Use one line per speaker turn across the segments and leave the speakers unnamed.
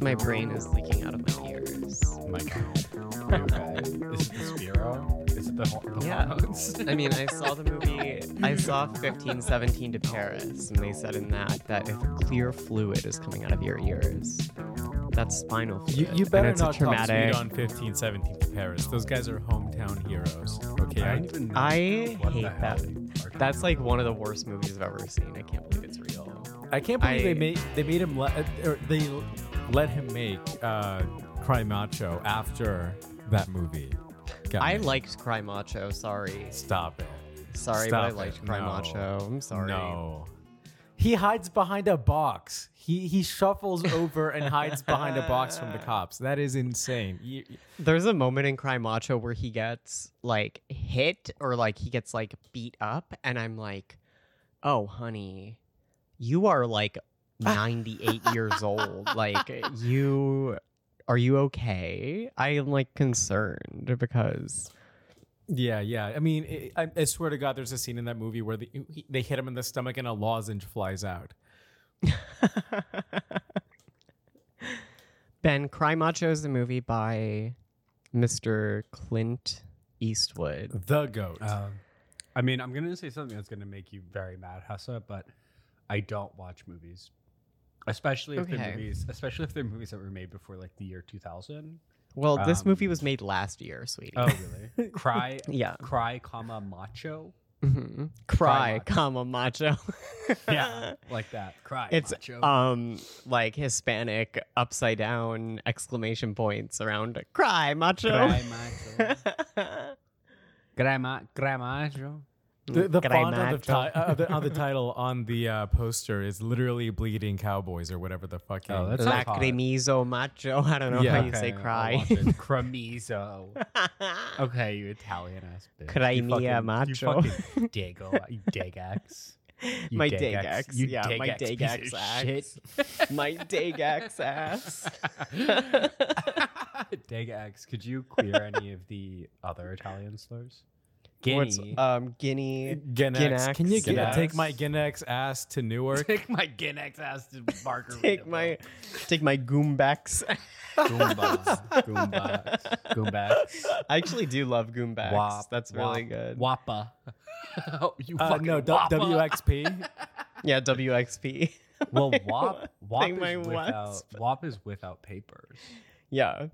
My brain is leaking out of my ears.
My God. Are you okay? Is it the Spiro? Is it the, hor- the
Yeah.
hormones?
I mean, I saw the movie, I saw 1517 to Paris, and they said in that that if clear fluid is coming out of your ears, that's spinal fluid.
You, you
and
better
it's
not
a
talk
traumatic.
sweet on 15, 17 to Paris. Those guys are hometown heroes. Okay, I don't even know.
I
what the
hate
hell
that.
they are
That's like one of the worst movies I've ever seen. I can't believe it's real.
I can't believe
I-
they made they made him let or they let him make uh, Cry Macho after that movie.
I
Guys,
liked Cry Macho. Sorry,
Stop it.
sorry,
Stop
but I
it.
liked Cry
No.
Macho. I'm sorry.
No. He hides behind a box. He he shuffles over and hides behind a box from the cops. That is insane. You-
There's a moment in Cry Macho where he gets like hit or like he gets like beat up, and I'm like, oh, honey, you are like
Ah.
98 years old. Like, you are you okay? I am like concerned because
yeah, yeah. I mean, I, I- I swear to God, there's a scene in that movie where the, he- they hit him in the stomach and a lozenge flies out.
Ben Cry Macho is a movie by Mr. Clint Eastwood.
The goat.
Um, I mean, I'm gonna say something that's gonna make you very mad, Hessa, but I don't watch movies, especially if
Okay.
they're movies, especially if they're movies that were made before like the year 2000.
Well, this movie
Um,
was made last year, sweetie.
Oh, really? Cry,
yeah.
cry, comma macho.
hmm
Mm-hmm. Cry
Cry,
macho.
comma macho.
Yeah, like that. Cry.
It's
macho.
um like Hispanic upside down exclamation points around cry macho.
cry macho. Cry ma- cry macho.
The, the
Cry
font on the, ti-
macho.
uh, the, on the title on the uh, poster is literally bleeding cowboys or whatever the fuck.
Oh, that's not hard.
Lacrimizo macho. I don't know
Yeah.
how you say
I'll
cry.
watch it. Oh, Cremizo. Okay, you Italian ass bitch. You
Crimea
fucking-
macho.
You fucking Dago. You Dagax. You
My
Dagax.
Dagax,
You
yeah, my
Dagax piece
Dagax
of
ass.
shit.
My Dagax ass.
Dagax, could you clear any of the other Italian slurs?
What's
Guinea.
um Guinea?
Ginex. Can you
Ginex.
get, take
Ginex.
my Ginex ass to Newark?
Take my Guinex ass to Barker.
Take my take my Goombax.
Goomba. Goomba. Goombax.
Uh,
I actually do love Goombax.
Wap,
That's really
wap,
good.
Wappa. Oh, you
Uh,
fucking
no, d-
wappa.
WXP.
Yeah, WXP.
Well, WAP, WAP,
Take
is
my
without,
wasp.
WAP is without papers.
Yeah.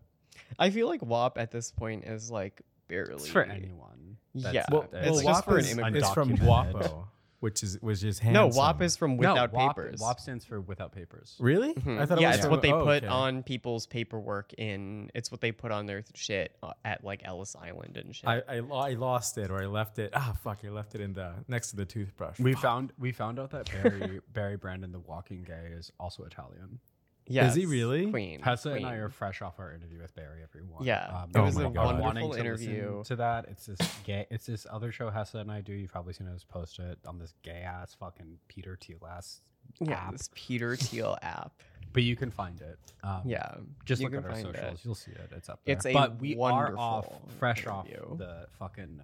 I feel like WAP at this point is like barely
It's for anyone.
Yeah.
Well,
It's
well
just
WAP
for an
is,
immigrant.
is from
Undocumented.
WAPO, which is which is
No,
handsome.
WAP is from without
no, WAP,
papers.
WAP stands for without papers.
really.
Mhm.
I thought
yeah,
it was
it's
from-
what they
oh,
put
okay.
on people's paperwork in. It's what they put on their shit uh, at like Ellis Island and shit.
I, I, lo- I lost it or I left it. Ah, fuck! I left it in the next to the toothbrush.
We found we found out that Barry Barry Brandon, the walking guy, is also Italian.
yes,
he really?
Queen.
Tessa and I
queen.
are fresh off our interview with Barry. Everyone,
Yeah,
um,
it
Oh
was
my
a
God.
I'm wanting
wonderful
to listen
interview.
To that, it's this gay. It's this other show Hessa and I do. You've probably seen us post it on this gay ass fucking Peter T. Last.
Yeah,
app.
this Peter Thiel app.
But you can find it. Um,
Yeah,
Just
you
look at
can
our
find
socials.
it.
You'll see it. It's up there.
It's a
but we are off,
wonderful
fresh
interview.
off the fucking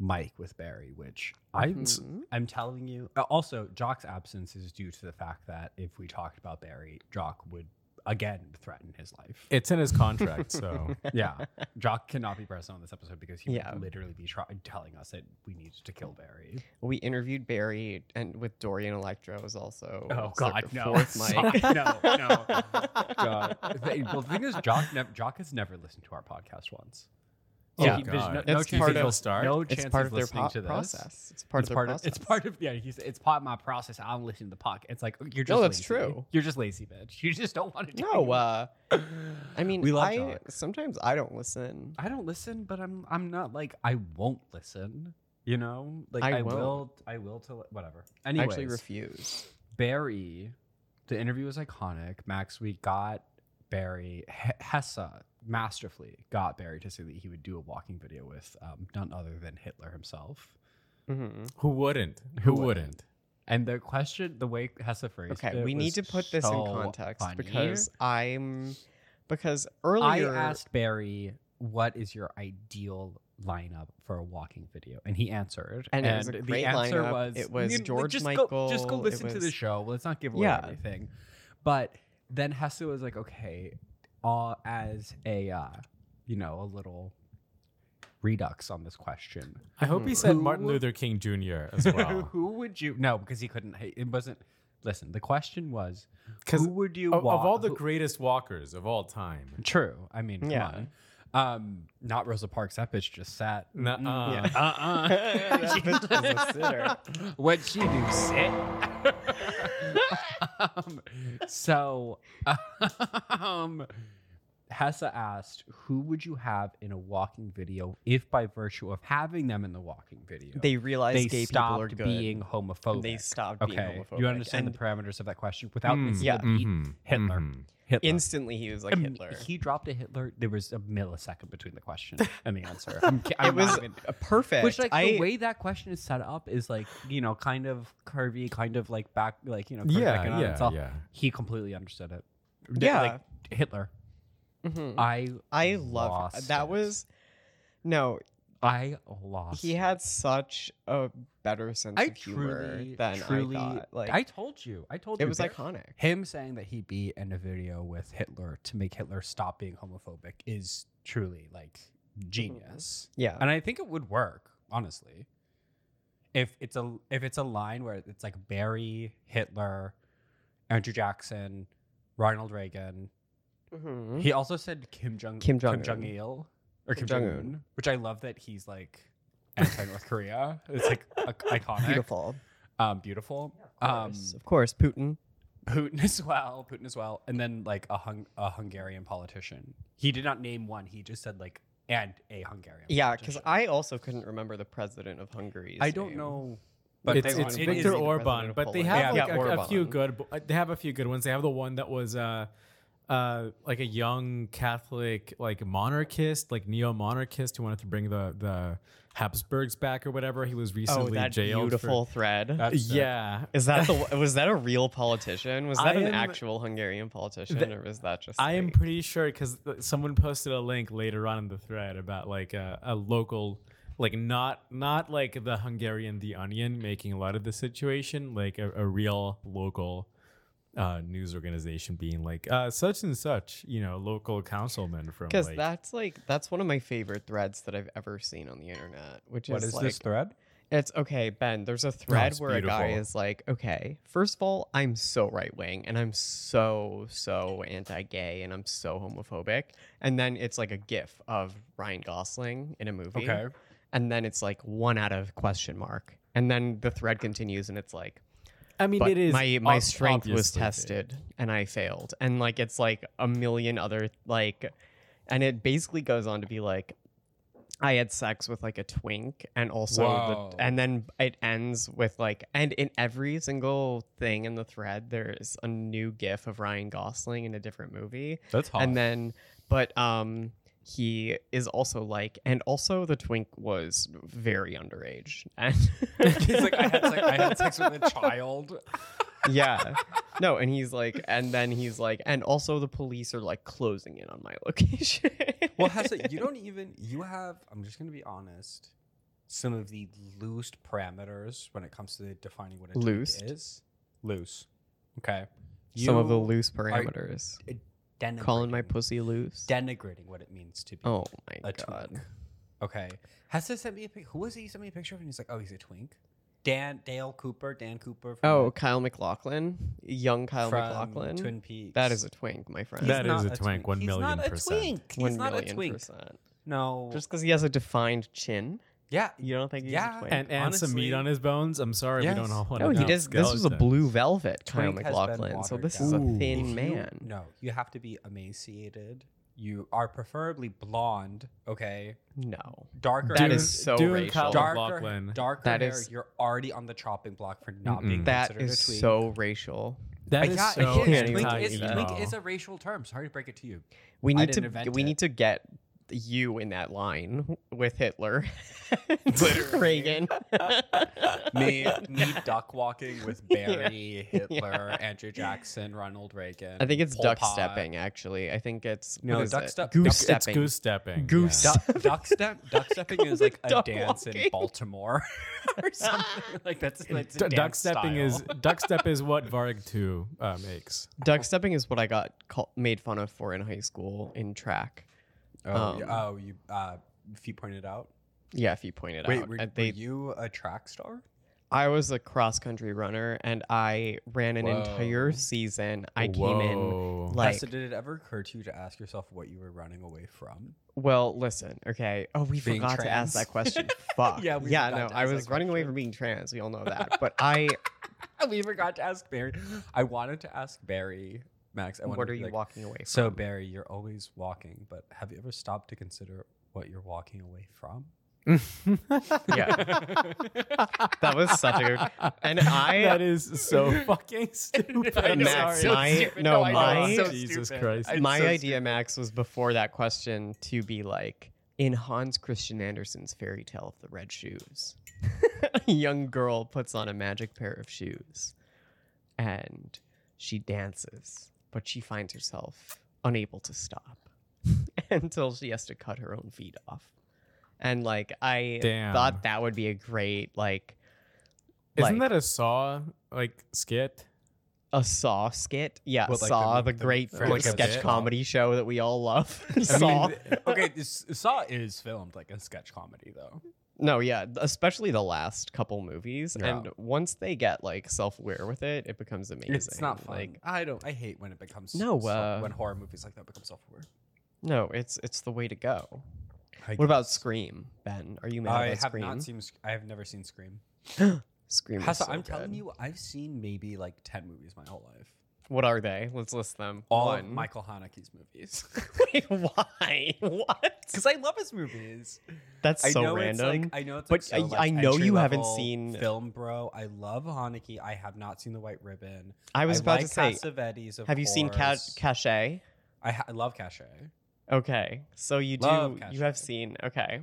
mic with Barry, which I,
Mhm.
I'm telling you. uh, Also, Jock's absence is due to the fact that if we talked about Barry, Jock would again threaten his life.
It's in his contract, so
yeah, Jock cannot be present on this episode because he
Yeah.
would literally be try- telling us that we needed to kill Barry.
We interviewed Barry and with Dorian Electro was also.
Oh
sort
God,
of
no,
fourth
Sorry,
mic.
no, no. God. The- Well, the thing is, Jock, nev- Jock has never listened to our podcast once.
Yeah.
he- there's
God.
no,
It's
no chance
part
he'll
of-
start.
No
It's
chance
part
he's
of their
listening
po-
to this.
process. It's part
it's
of their
part
process.
of it's part of yeah. He's, it's part of my process. I'm listening to the podcast. It's like you're just
that's
lazy.
true.
You're just lazy, bitch. You just don't want to.
No, uh, I mean,
We love
I
Jock.
sometimes I don't listen.
I don't listen, but I'm I'm not like I won't listen. You know, like
I
I, will
won't.
I will to whatever.
I
Anyways,
actually refuse.
Barry, the interview was iconic. Max, we got Barry H- Hessa masterfully got Barry to say that he would do a walking video with um, none other than Hitler himself.
hmm
who wouldn't? Who
wouldn't?
wouldn't?
And the question, the way Hessa phrased
Okay,
it
we need
was
to put this
so
in context
funny.
because I'm because
I
earlier
asked Barry, "What is your ideal lineup for a walking video?" And he answered,
And it was a great
the answer
lineup.
was
It was
you- like,
George
just Go, just go
Michael, it
listen to the
was-
show. Let's not give away
Yeah.
anything. But then Hesse was like, okay, uh, as a uh, you know a little redux on this question,
I hope he said Martin Luther King Jr. as well.
who would you? No, because he couldn't. It wasn't. Listen, the question was,
'Cause
who would you
of,
walk?
of all the
who-
greatest walkers of all time.
true. I mean, come
Yeah.
on. Um, not Rosa Parks. That bitch just sat.
Nuh-uh.
Uh
That bitch was a sitter.
What'd she do? Sit. um, so, um, Hessa asked, "Who would you have in a walking video if, by virtue of having them in the walking video,
They realized
they
gay people are
stopped
good.
being homophobic?"
they stopped
okay,
being homophobic.
you understand
And
the parameters of that question without
Mm,
missing
yeah.
a beat.
Mhm,
Hitler.
mhm.
Hitler.
instantly he was like
Um,
Hitler.
He dropped a Hitler. There was a millisecond between the question and the answer. I'm, ki- I'm
it was
not even,
perfect.
which like
I,
the way that question is set up is like you know kind of curvy, kind of like back, like you know, curvy
Yeah,
back and on
yeah,
itself.
yeah.
He completely understood it. D-
Yeah.
like Hitler.
Mhm.
I
I love
lost
that
it.
was no.
I lost.
He
it.
had such a better sense
I
of humor
truly,
than
truly.
I thought. Like
I told you. I told you.
it was
there-
iconic.
him saying that he be in a video with Hitler to make Hitler stop being homophobic is truly like
Mm-hmm.
genius.
Yeah,
and I think it would work honestly. If it's a if it's a line where it's like Barry, Hitler, Andrew Jackson, Ronald Reagan.
Mhm.
He also said Kim Jong
Kim Jong-un.
Il or Kim
Kim
Jong
Jong-un.
Un, which I love that he's like anti North Korea. It's like a- iconic,
beautiful.
um, beautiful. Um,
course, of course, Putin.
Putin as well, Putin as well, and then like a hung a Hungarian politician. He did not name one. He just said like and a Hungarian.
Yeah, because
politician.
I also couldn't remember the president of Hungary.
I don't know, but
it's,
they
it's
are. It
the
Victor
is-
president
Orban,
of
but they
Poland.
have
Yeah,
like, a- a,
Orban.
few good. They have a few good ones. They have the one that was uh, uh, like a young Catholic, like monarchist, like neo monarchist who wanted to bring the the Habsburgs back or whatever. He was
Oh,
recently
that
jailed. for-
beautiful thread.
That's sick.
yeah,
Is that the was that a real politician? Was
I
that an
am-
actual Hungarian politician, or was that just?
I am
like-
pretty sure because someone posted a link later on in the thread about like a, a local, like not not like the Hungarian The Onion making light of the situation, like a, a real local uh, news organization being like uh, such and such, you know, local councilman from
Because
like
that's like that's one of my favorite threads that I've ever seen on the internet. Which
What
is
is
like,
this thread?
It's okay, Ben. There's a thread
it's
where a guy
beautiful.
is like, okay, first of all, I'm so right wing and I'm so, so anti gay and I'm so homophobic. And then it's like a gif of Ryan Gosling in a movie.
Okay.
And then it's like one out of question mark. And then the thread continues and it's like,
I mean,
but
it is
my my
ob-
strength was
obviously fake.
tested and I failed. And like it's like a million other like and it basically goes on to be like I had sex with like a twink and also
Whoa.
the, and then it ends with like and in every single thing in the thread there's a new gif of Ryan Gosling in a different movie.
That's hot.
And then, but um, he is also like, and also the twink was very underage. And
he's like, I had, sex, I had sex with a child.
yeah, no, and he's like, and then he's like, and also the police are like closing in on my location.
Well, Hesse, you don't even. You have. I'm just gonna be honest. Some of the loose parameters when it comes to defining what a
Loosed?
twink is. Loose. Okay.
some of the
You
loose parameters.
denigrating-
Calling my pussy loose.
denigrating what it means to be
oh my
a
god.
twink. Okay. Hesse sent me a pic. Who was he? He Sent me a picture of, and he's like, "Oh, he's a twink." Dan Dale Cooper. Dan Cooper. From
Oh, Kyle McLaughlin, young Kyle
from
McLaughlin.
Twin Peaks.
That is a twink, my friend.
He's
That is
not
a twink, one
He's
million
not a
percent.
twink. He's
One
not a
million
twink.
percent.
No.
Just because he has a defined chin,
yeah.
you don't think he's
Yeah,
a twink?
and and some meat
Honestly-
on his bones. I'm sorry,
Yes.
we don't all want
No,
to.
he just this was a blue velvet Kyle
Twink has been
McLaughlin. So
watered
this is a
down. Ooh.
If
thin
you-
man.
no, you have to be emaciated. You are preferably blonde. Okay,
No.
darker.
That
Dune-
is so
Dune
racial.
Kyle
darker.
McLaughlin.
Darker
That
hair.
is-
you're already on the chopping block for not
Mm-mm.
being
That
considered
is
a twink.
so racial.
That
Uh,
is
yeah,
so
it is.
anti-
Twink is,
anti-emo.
twink is a racial term. Sorry to break it to you.
We
I
need
didn't
to
invent
we
it.
need to get you in that line with Hitler, and
Literally.
Reagan.
me, me duck walking with Barry, Hitler,
Yeah.
Andrew Jackson, Ronald Reagan.
I think it's
Pol
duck
Pot.
stepping. Actually, I think it's
No,
what is
duck
it?
step-
goose
Duck-
stepping.
It's goose stepping.
Goose
yeah.
Duck, duck step. Duck stepping
called
is like
it
a
duck
dance in
walking.
Baltimore or something. Like that's, that's a
Du- duck
dance
stepping
style.
is duck step is what Varg two uh, makes.
Duck stepping is what I got call- made fun of for in high school in track.
Oh,
um,
y- oh, you. Uh, if you pointed out.
Yeah, if you pointed
Wait,
out,
were,
Uh,
were
they-
you a track star?
I was a cross country runner and I ran an
Whoa.
entire season. I came in
Whoa.
like
Tessa, did it ever occur to you to ask yourself what you were running away from?
Well, listen, okay. Oh, we
Being
forgot to ask
trans.
that question. Fuck.
Yeah, we
yeah,
forgot
no,
to
I
ask that
was running away
question.
from being trans. We all know that. But I,
we forgot to ask Barry. I wanted to ask Barry, Max. I wanted
what
to
are
be
you
like,
walking away from?
So Barry, you're always walking, but have you ever stopped to consider what you're walking away from?
Yeah. that was such a. And
that
I,
is so fucking stupid.
I know,
Max,
it's so
my-
stupid.
no,
I know,
my-
it's so
Jesus
stupid.
Christ.
It's
my
so
idea,
stupid.
Max, was before that question to be like in Hans Christian Andersen's fairy tale of the red shoes. a young girl puts on a magic pair of shoes, and she dances, but she finds herself unable to stop until she has to cut her own feet off. And like I
Damn.
thought that would be a great like
Isn't
like-
that a saw like skit?
a Saw skit. Yeah,
What, like
Saw,
the-
the,
the-
great
the-
like,
like a
sketch
bit?
comedy show that we all love.
I
Saw.
mean, th- okay, this, Saw is filmed like a sketch comedy, though.
no, yeah, especially the last couple movies.
Yeah.
And once they get like self-aware with it, it becomes amazing.
It's not fun.
Like,
I don't. I hate when it becomes
No,
self-
uh,
when horror movies like that become self-aware.
no, it's it's the way to go.
I
What about
guess.
Scream, Ben? Are you mad
I
about
have
Scream?
not seen. Sc- I have never seen Scream.
Scream. is
Hassa,
so
I'm telling
good.
you, I've seen maybe like ten movies my whole life.
What are they? Let's list them.
All of
One.
Michael Haneke's movies.
Wait, why? What?
Because I love his movies.
That's so
I know
random.
It's like, I know it's
but
like so,
I-
like,
I know you haven't
entry-level
seen-
film, bro. I love Haneke. I have not seen The White Ribbon.
I was about to
like
say,
Cassavetes, of
have you seen Ca-
course.
Cachet?
I, ha- I love Cachet.
Okay, so you do.
Love
you have
Cachet.
seen. Okay.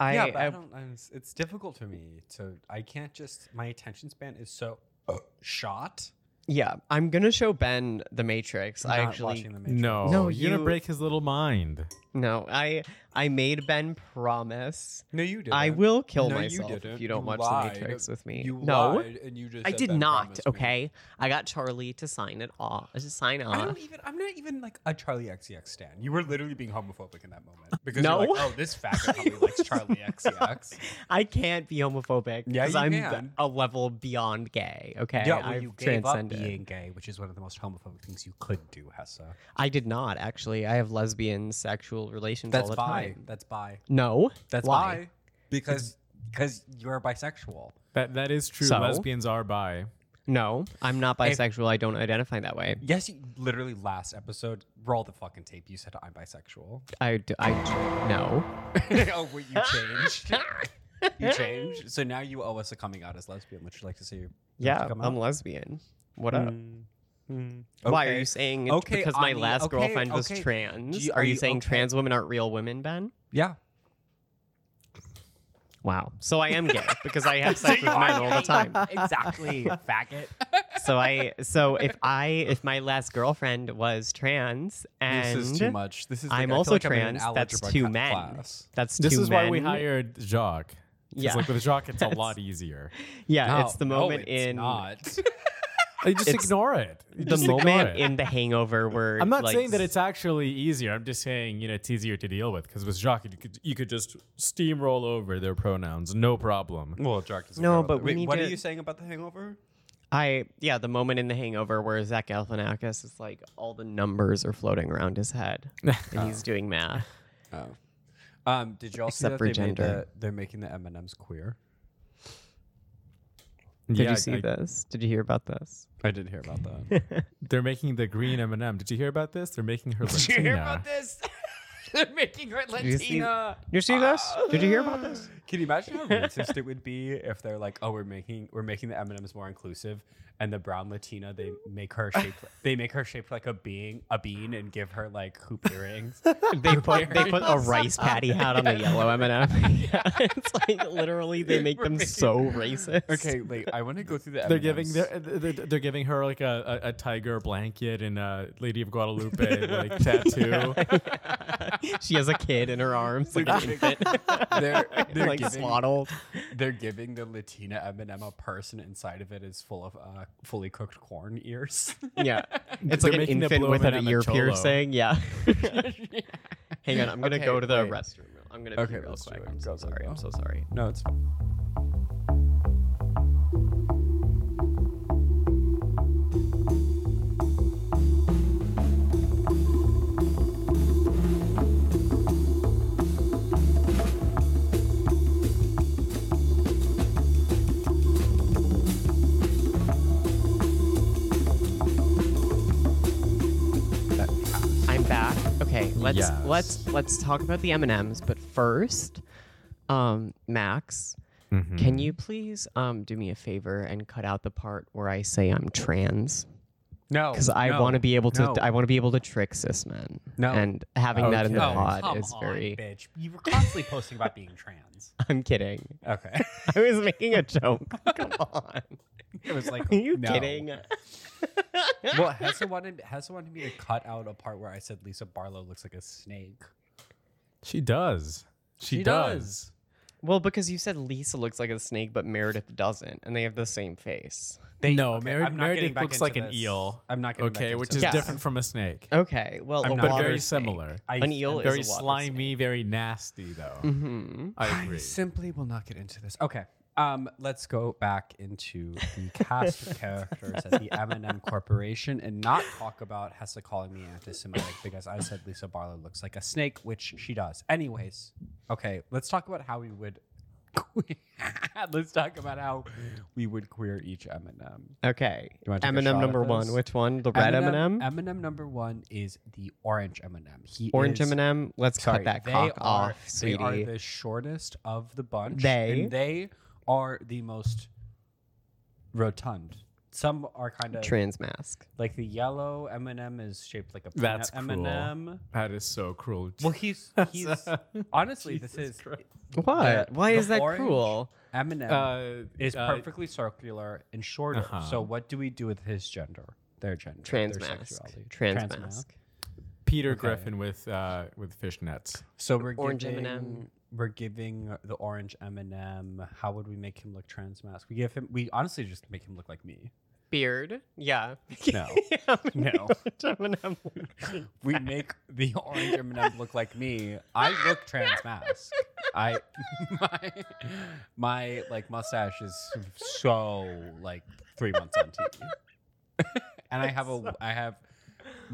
I,
yeah, but I,
I-
don't. I'm, s- it's difficult for me to. I can't just. My attention span is so uh, shot.
yeah, I'm gonna show Ben The Matrix. I
not
actually
watching The Matrix.
No,
No,
you're gonna
you-
break his little mind.
no, I I made Ben promise
No, you did.
I will kill
No, you
myself
didn't.
if you don't
You
watch
lied.
The Matrix with me.
You
no,
lied and you just.
I
said
did
Ben
not.
promised me.
Okay, Uh. I got Charlie to sign it off. To sign
I
off.
don't even. I'm not even like a Charlie XCX stan. You were literally being homophobic in that moment because
No.
you're like, oh, this faggot probably likes Charlie E XCX.
I can't be homophobic
Yeah,
because
you
I'm
can.
a level beyond gay. Okay,
yeah, well,
I've
you gave up
transcended.
being gay, which is one of the most homophobic things you could do, Hessa.
I did not actually. I have lesbian sexual relations all
That's
the
bi.
time.
That's bi.
No,
That's
Why?
bi. Because because you're bisexual.
That that is true.
So?
Lesbians are bi.
no, I'm not
If-
bisexual. I don't identify that way.
Yes, you literally last episode, roll the fucking tape. You said I'm bisexual.
I d- I d- no.
oh, wait, you changed. you changed. So now you owe us a coming out as lesbian. Would you like to say your
Yeah,
come
I'm
out? Hmm.
lesbian. What up? Why are you saying it's
Okay,
because my
Ani,
last
okay,
girlfriend was
okay.
trans?
Do you-
are,
are
you,
you
saying
okay?
trans women aren't real women, Ben?
Yeah.
Wow. So I am gay because I have sex
you
with
are
mine all the time.
Exactly, faggot.
So I so if I if my last girlfriend was trans and
this is too much. This is. Like,
I'm
I feel
also
like I'm in an
trans, that's
algebra
two
ca-
men.
Class.
That's
This
two
is why we
men.
hired Jock.
Yeah,
Yeah. Like with Jock, it's a lot easier.
yeah.
No,
it's the
no,
moment
it's
in
Not.
You just
It's-
ignore it. You
the
just ignore
moment
it.
in The Hangover where
I'm not
like,
saying that it's actually easier. I'm just saying you know it's easier to deal with because with Jock you could you could just steamroll over their pronouns, no problem.
well, Jack doesn't.
No,
care about
but
that.
we
Wait,
need
what are
to-
you saying about the Hangover?
I yeah the moment in The Hangover where Zach Galifianakis is like all the numbers are floating around his head and he's doing math.
Oh. Um, did you all see
Except
that
for
they made
gender.
the, they're making the M and M's queer?
Did
Yeah,
you see
I-
this? Did you hear about this?
I didn't hear about that.
They're making the green M&M. Did you hear about this? They're making her Latina.
this? They're making her
you see-
Latina.
You see this? Did you hear about this?
Can you imagine how racist it would be if they're like, "Oh, we're making we're making the M and M's more inclusive, and the brown Latina they make her shaped they make her shaped like a being a bean and give her like hoop earrings."
They put they put a
Awesome.
rice patty hat on the yellow M and m It's like literally they make
We're
them
making-
so racist.
okay, wait, I want to go through the.
They're giving
M&Ms.
their, they're, they're giving her like a, a, a tiger blanket and a Lady of Guadalupe like tattoo.
she has a kid in her arms, like an infant,
they're, they're
like
giving,
swaddled.
they're giving the Latina M&M a person inside of it is full of uh, fully cooked corn ears.
Yeah, it's
They're
like an
making the
infant with
Blowman
an
and the
ear
Cholo.
piercing. Yeah. Hang on, I'm gonna
Okay,
go to the
wait.
restroom. real- I'm gonna
Okay,
pee real
let's do
quick.
it.
I'm
Go,
so
go,
sorry. I'm
go.
so sorry.
no, it's that counts.
I'm back. Okay, let's
Yes.
let's let's talk about the M and M's. But first, um, Max,
Mm-hmm.
can you please um do me a favor and cut out the part where I say I'm trans?
No,
because I
no,
want to be able to.
no.
I want to be able to trick cis men.
No.
and having that in the
Okay.
pod
Oh, come
is
on,
very.
bitch. You were constantly posting about being trans.
I'm kidding.
Okay,
I was making a joke. Come on,
it was like
are you
no.
kidding?
Well, Hessa wanted Hessa wanted me to cut out a part where I said Lisa Barlow looks like a snake.
She does. She,
She
does.
does.
Well, because you said Lisa looks like a snake, but Meredith doesn't, and they have the same face.
no,
okay,
Mary
I'm not getting
Meredith
back
looks like
into
an
this.
eel.
I'm not getting back
Okay,
into
which
this.
is
Yeah. Uh,
different from a snake.
Okay, well,
I'm
a
not-
But
water
very
snake.
similar.
I-
An eel is
Very
a water
slimy, very nasty though.
Mm-hmm.
I
I
agree.
simply will not get into this. Okay. Um, let's go back into the cast of characters at the M&M Corporation and not talk about Hessa calling me anti-Semitic because I said Lisa Barlow looks like a snake, which she does. Anyways, okay, let's talk about how we would. que- let's talk about how we would queer each M&M.
Okay,
You wanna take a
M&M
shot at
number one.
this?
Which one? The red M&M.
M&M number one is the orange M&M. He
Orange
is-
M&M. Let's
Sorry,
cut that
they
cock
are-
off,
They
sweetie.
are the shortest of the bunch.
They-
and they are the most rotund. Some are kind of
Trans mask.
like the yellow M and M is shaped like a
That's
M and M.
that is so cruel.
Well, he's he's honestly this is
What? Why
the
is that
orange-
cruel?
M and M
um,
uh,
is
uh,
perfectly circular and shorter.
Uh-huh.
So what do we do with his gender? Their gender,
Trans
their
mask.
sexuality,
Trans,
Trans
mask.
Peter Griffin with uh, with fishnets.
So we're
Orange
giving,
M&M.
We're giving the orange M and M. How would we make him look trans mask? We give him. We honestly just make him look like me.
Beard. Yeah.
No.
Yeah, I'm gonna
No.
go with M&M looking.
We make the orange M and M look like me. I look trans mask. I my my like mustache is so like three months on TV, and I have a I have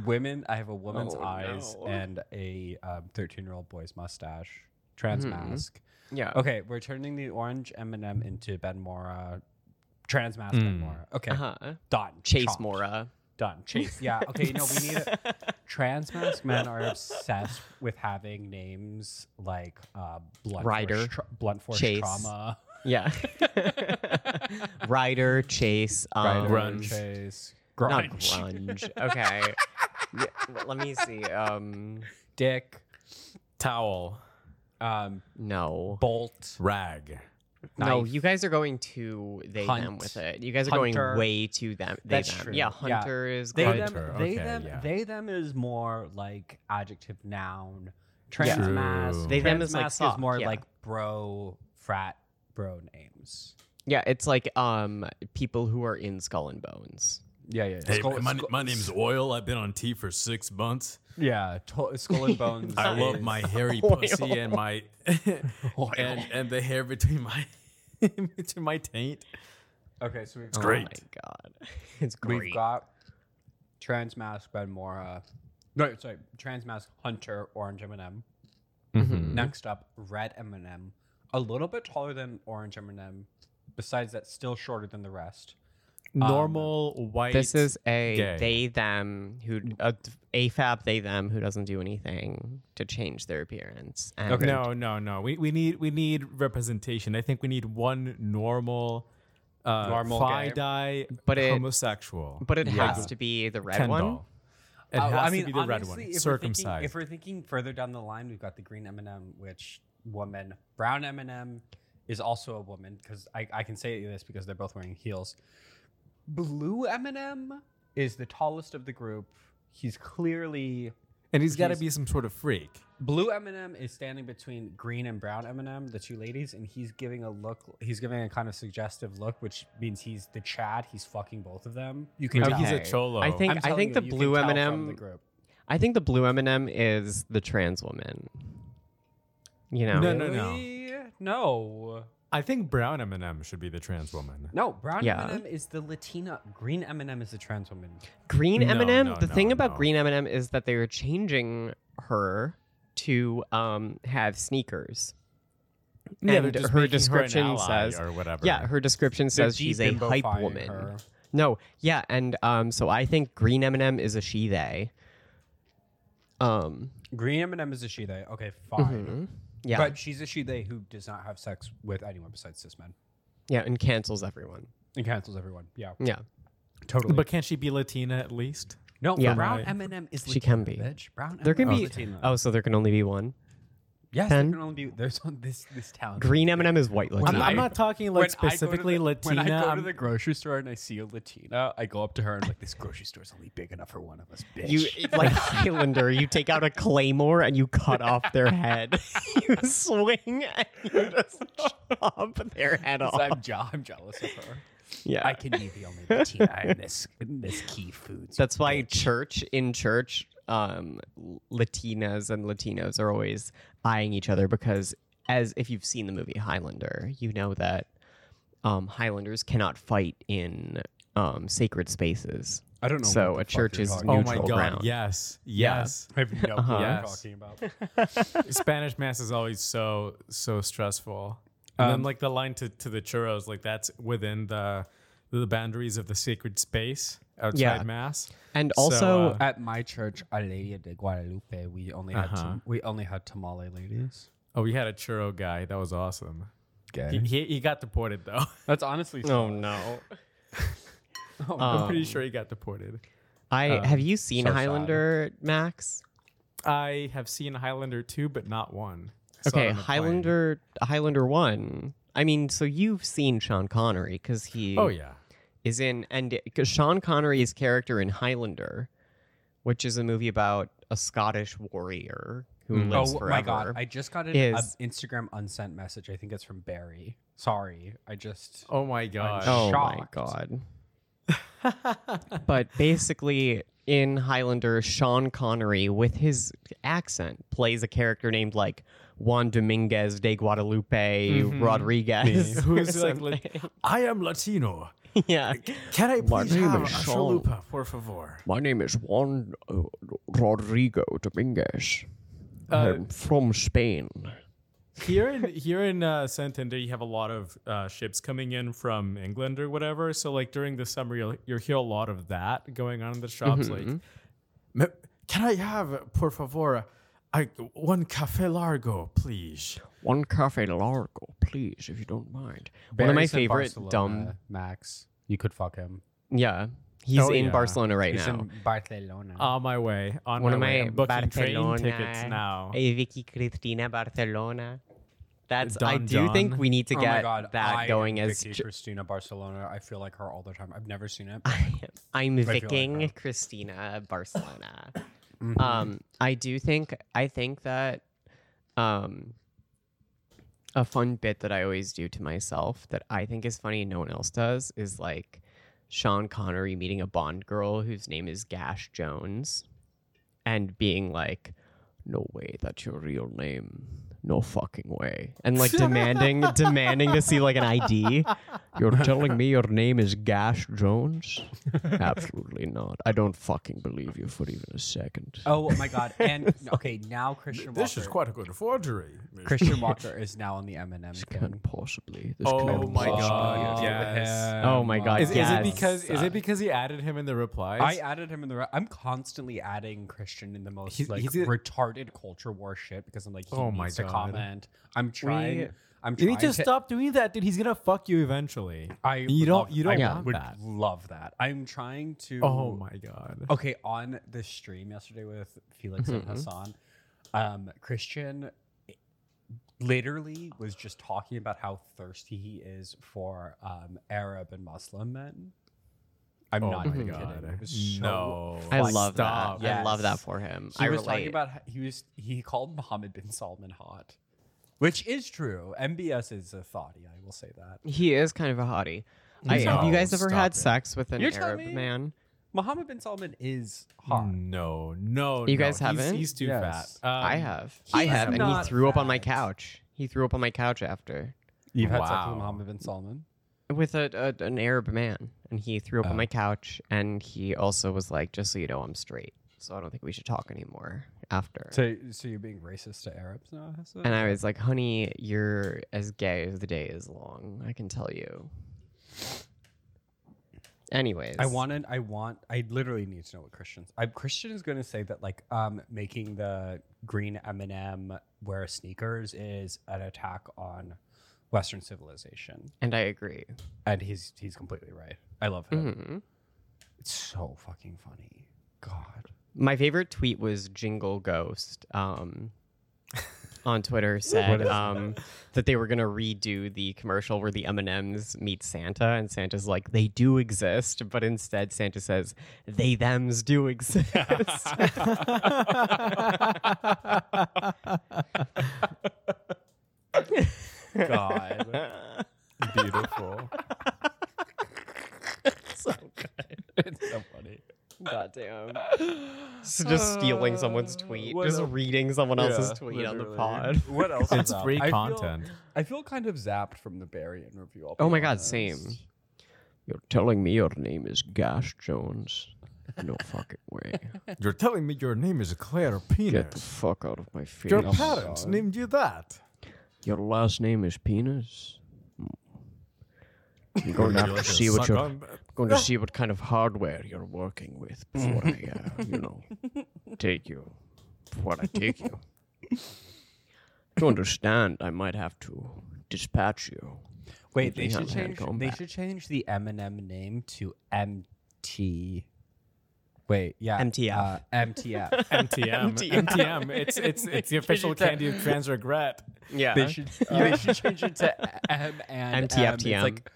women. I have a woman's
Oh,
eyes
no.
and a thirteen year old boy's mustache. Trans
Mhm.
mask.
Yeah.
Okay, we're turning the orange M&M into Ben Mora, trans mask
Mm.
Ben Mora. Okay,
Uh-huh.
done.
Chase
Chomped.
Mora.
Done. Chase. Yeah. Okay. No, we need a, trans mask men are obsessed with having names like uh, blunt
Ryder.
force, tra- blunt force
Chase.
trauma,
Yeah. Ryder, Chase, um,
Ryder,
grunge.
Chase,
Not
grunge,
grunge. Okay. Yeah, w- let me see. Um,
dick,
Towel.
um,
no.
bolt.
Rag.
No,
knife.
you guys are going too they them
Hunt.
with it. You guys are
Hunter.
going way too them. They
That's
them.
true.
Yeah,
Yeah.
Hunter is
They
grunge.
them.
Hunter,
They
okay,
them.
yeah.
They them is more like adjective noun. Trans
True.
mask.
They
them
trans
is like
mask
soft,
more
yeah.
like bro frat bro names.
Yeah, it's like um people who are in Skull and Bones.
Yeah, yeah.
Hey, my, my name's Oil. I've been on T for six months.
yeah. To- skull and bones.
I
is-
love my hairy
Oil.
pussy and my and and the hair between my between my taint.
Okay, so we've
It's
got,
great.
Oh my god, it's great.
we've got trans mask Ben Mora. No, sorry, trans mask Hunter Orange M and M.
Mm-hmm.
Um,
Next up, red M and M, a little bit taller than Orange M and M. Besides that, still shorter than the rest.
normal white.
This is a
gay.
they them who a AFAB they them who doesn't do anything to change their appearance. And
Okay.
No, no, no. We, we need we need representation. I think we need one normal, uh,
Normal
phi
gay.
die,
But it-
homosexual.
but it
Yeah.
has to be the red
Ken
one.
doll. It
Uh,
has
I mean,
to be the red
honestly,
one,
if we're thinking-
circumcised.
if we're thinking further down the line, we've got the green M&M, which woman, brown M&M is also a woman because I, I can say this because they're both wearing heels. Blue M&M is the tallest of the group. He's clearly
and he's got to
he's-
be some sort of freak.
blue M&M is standing between green and brown M&M, the two ladies, and he's giving a look. He's giving a kind of suggestive look, which means he's the Chad. He's fucking both of them. You can.
Maybe
tell.
he's a
Okay.
cholo.
I think-
I'm telling
the
you, you can
blue
tell from
M&M
the group.
I think the blue M&M is the trans woman. You know.
No, no, no.
Really? No.
I think brown M&M should be the trans woman.
No, brown
Yeah.
M&M is the Latina. Green M&M is the trans woman.
Green
No,
M&M.
no,
the
no,
thing about
no.
green M&M is that they are changing her to um have sneakers.
Yeah,
And
they're just
her
making
description
an ally
says-
or whatever.
Yeah, her description
They're
says she's a
de-bimbofying
hype woman.
her.
No, yeah, and um, so I think green M&M is a she they. Um,
Green M&M is a she they. Okay, fine.
mhm. yeah,
But she's a she they who does not have sex with anyone besides cis men
yeah, and cancels everyone.
and cancels everyone. Yeah,
Yeah,
totally.
But can't she be Latina at least?
no,
yeah.
brown
Right.
M&M is
She can
Latina,
be.
Bitch. Brown
there can
M&M
be.
is Latina.
Oh, so there can only be one.
yes,
Ken?
there can only be. There's on this this town.
Green M&M is white
I'm
Latina.
I'm,
I-
I'm not talking like specifically Latina.
When I go to
um,
I'm-
the grocery store and I see a Latina, I go up to her and like, this grocery store's only big enough for one of us, bitch.
You like Highlander. You take out a claymore and you cut off their head. you swing and you just chop their head off.
I'm, je- I'm jealous of her.
yeah,
I can be the only Latina in this in this key foods.
that's why church in church, um, Latinas and Latinos are always eyeing each other because, as if you've seen the movie Highlander, you know that um, Highlanders cannot fight in um, sacred spaces.
I don't
know so what the a fuck church you're is talking
oh
about.
my
neutral
god!
ground.
Yes, yes.
I have no clue what you're
Yes.
talking about.
Spanish mass is always so so stressful. And
Um,
then like the line to, to the churros, like that's within the the boundaries of the sacred space outside
Yeah.
mass.
And
So,
also,
uh,
At my church, Our Lady de Guadalupe, we only had
Uh-huh.
tam- we only had tamale ladies.
oh, we had a churro guy. That was awesome. He,
Okay,
he, he got deported though.
that's honestly
oh no.
I'm pretty
Um,
sure he got deported.
I
Um,
have you seen
so sad.
Highlander, Max?
I have seen Highlander 2, but not one. I saw it
Okay,
on the plane.
Highlander Highlander 1. I mean, so you've seen Sean Connery cuz he
Oh yeah.
is in and cuz Sean Connery's character in Highlander, which is a movie about a Scottish warrior who
Mm.
lives
Oh
forever.
my god! I just got an
Is-
an Instagram unsent message. I think it's from Barry. Sorry, I just
Oh my
Oh.
god.
oh my
shocked.
god. But basically in Highlander, Sean Connery with his accent plays a character named like Juan Dominguez de Guadalupe Rodriguez. or
Who's like,
something.
like, I am Latino.
yeah.
Can I
My
please
name
have a
is Sean.
chalupa, por favor?
My name is Juan uh, Rodrigo Dominguez. I'm from Spain.
here in here in uh, Santander, you have a lot of uh, ships coming in from England or whatever. So like during the summer, you'll you'll hear a lot of that going on in the shops.
Mm-hmm,
Like, "Ma- can I have por favor, I, one cafe largo, please?
One cafe largo, please, if you don't mind. One of my
Barry's in
favorite dumb.
Barcelona, Max. You could fuck him.
Yeah, he's
Oh,
in
yeah.
Barcelona right
He's
now.
in Barcelona.
On my way, on
One
my,
of
way.
my
I'm booking
Barcelona.
train tickets now.
Eh, Vicky Cristina Barcelona. That's. I
Don
do think
Don.
we need to
oh my
get
god!
that
I
going
am
as.
Vicky
ju-
Christina Barcelona. I feel like her all the time. I've never seen it.
I'm
feel like
Vicking
her.
Christina Barcelona.
Mhm.
Um, I do think I think that um a fun bit that I always do to myself that I think is funny and no one else does is like Sean Connery meeting a Bond girl whose name is Gash Jones and being like, No way, that's your real name. no fucking way, and like demanding demanding to see like an ID. You're telling me your name is Gash Jones? Absolutely not. I don't fucking believe you for even a second.
Oh my God! And okay, now Christian Walker.
This is quite a good forgery. Mr.
Christian Walker is now on the Eminem.
This
thing.
can't possibly. This
Oh
can't
my
possibly.
God, yes.
Oh my God,
Is, is it
Yes.
because is it because he added him in the replies?
I added him in the. Re- I'm constantly adding Christian in the most
He's-
like
he's a-
retarded culture war shit because I'm like, he
Oh my
needs to
God.
comment. I'm trying. I'm
You
trying.
need to stop doing that, dude. He's gonna fuck you eventually.
I
you
would
don't.
love-
you don't
I
Yeah.
want
would
that.
love that. I'm trying to.
Oh my god.
Okay, on the stream yesterday with Felix
Mhm.
Mm-hmm.
and Hassan, um, Christian eh, literally was just talking about how thirsty he is for um, Arab and Muslim men. I'm
Oh
not
my
even
God.
kidding. It was so
No.
I
fucking-
love
Stop.
that. I love that for him.
He
I
was
relate.
talking about how- he was he called Mohammed bin Salman hot, which is true. MBS is a thoughty. I will say that.
he is kind of a hottie. I, have you
No,
guys ever
stop
had
it.
sex with an
You're
Arab
telling me?
man?
Mohammed bin Salman is hot.
Mm. No, no.
You
no.
guys
He's-
haven't?
He's, too
Yes.
fat. Um,
I have. I
he's
have, and he
not
threw up on my
fat.
couch. He threw up on my couch after
You've had sex
Wow.
with Mohammed bin Salman.
with a, a an Arab man, and he threw up
Oh.
on my couch, and he also was like, "Just so you know, I'm straight, so I don't think we should talk anymore." After,
So, so you're being racist to Arabs now? Hessa?
and I was like, "Honey, you're as gay as the day is long. I can tell you." Anyways,
I want to I want. I literally need to know what Christians. I, Christian is going to say that like um making the green M and M wear sneakers is an attack on Western civilization,
and I agree.
and he's he's completely right. I love him.
Mhm.
It's so fucking funny. God.
My favorite tweet was Jingle Ghost um, on Twitter said um, that they were gonna redo the commercial where the M and M's meet Santa, and Santa's like, "They do exist," but instead Santa says, "They them's do exist."
God.
Beautiful.
so
it's so funny.
goddamn. So just stealing someone's tweet,
what
just
a-
reading someone else's
Yeah,
tweet on
literally.
the pod.
What else? is
it's
up?
free
I feel-
content.
I feel kind of zapped from the Barry interview. I'll be
Oh my god,
honest.
same. You're telling me your name is Gash Jones? No fucking way.
You're telling me your name is Claire Penis.
fuck out of my face.
Your parents
Oh.
God.
named you that.
Your last name is Penis? I'm going to have to see what
Suck
you're
on that.
going to see what kind of hardware you're working with before I, uh, you know, take you. Before I take you. You understand? I might have to dispatch you.
Wait, they
Yeah,
should
man,
change.
going
They
back.
should change the Eminem name to MT. Wait, yeah,
MTF.
uh, MTF.
MTM. MTM. It's it's it's the official candy of trans regret.
Yeah.
they should. they should change it to M and M. It's
MTFTM.
like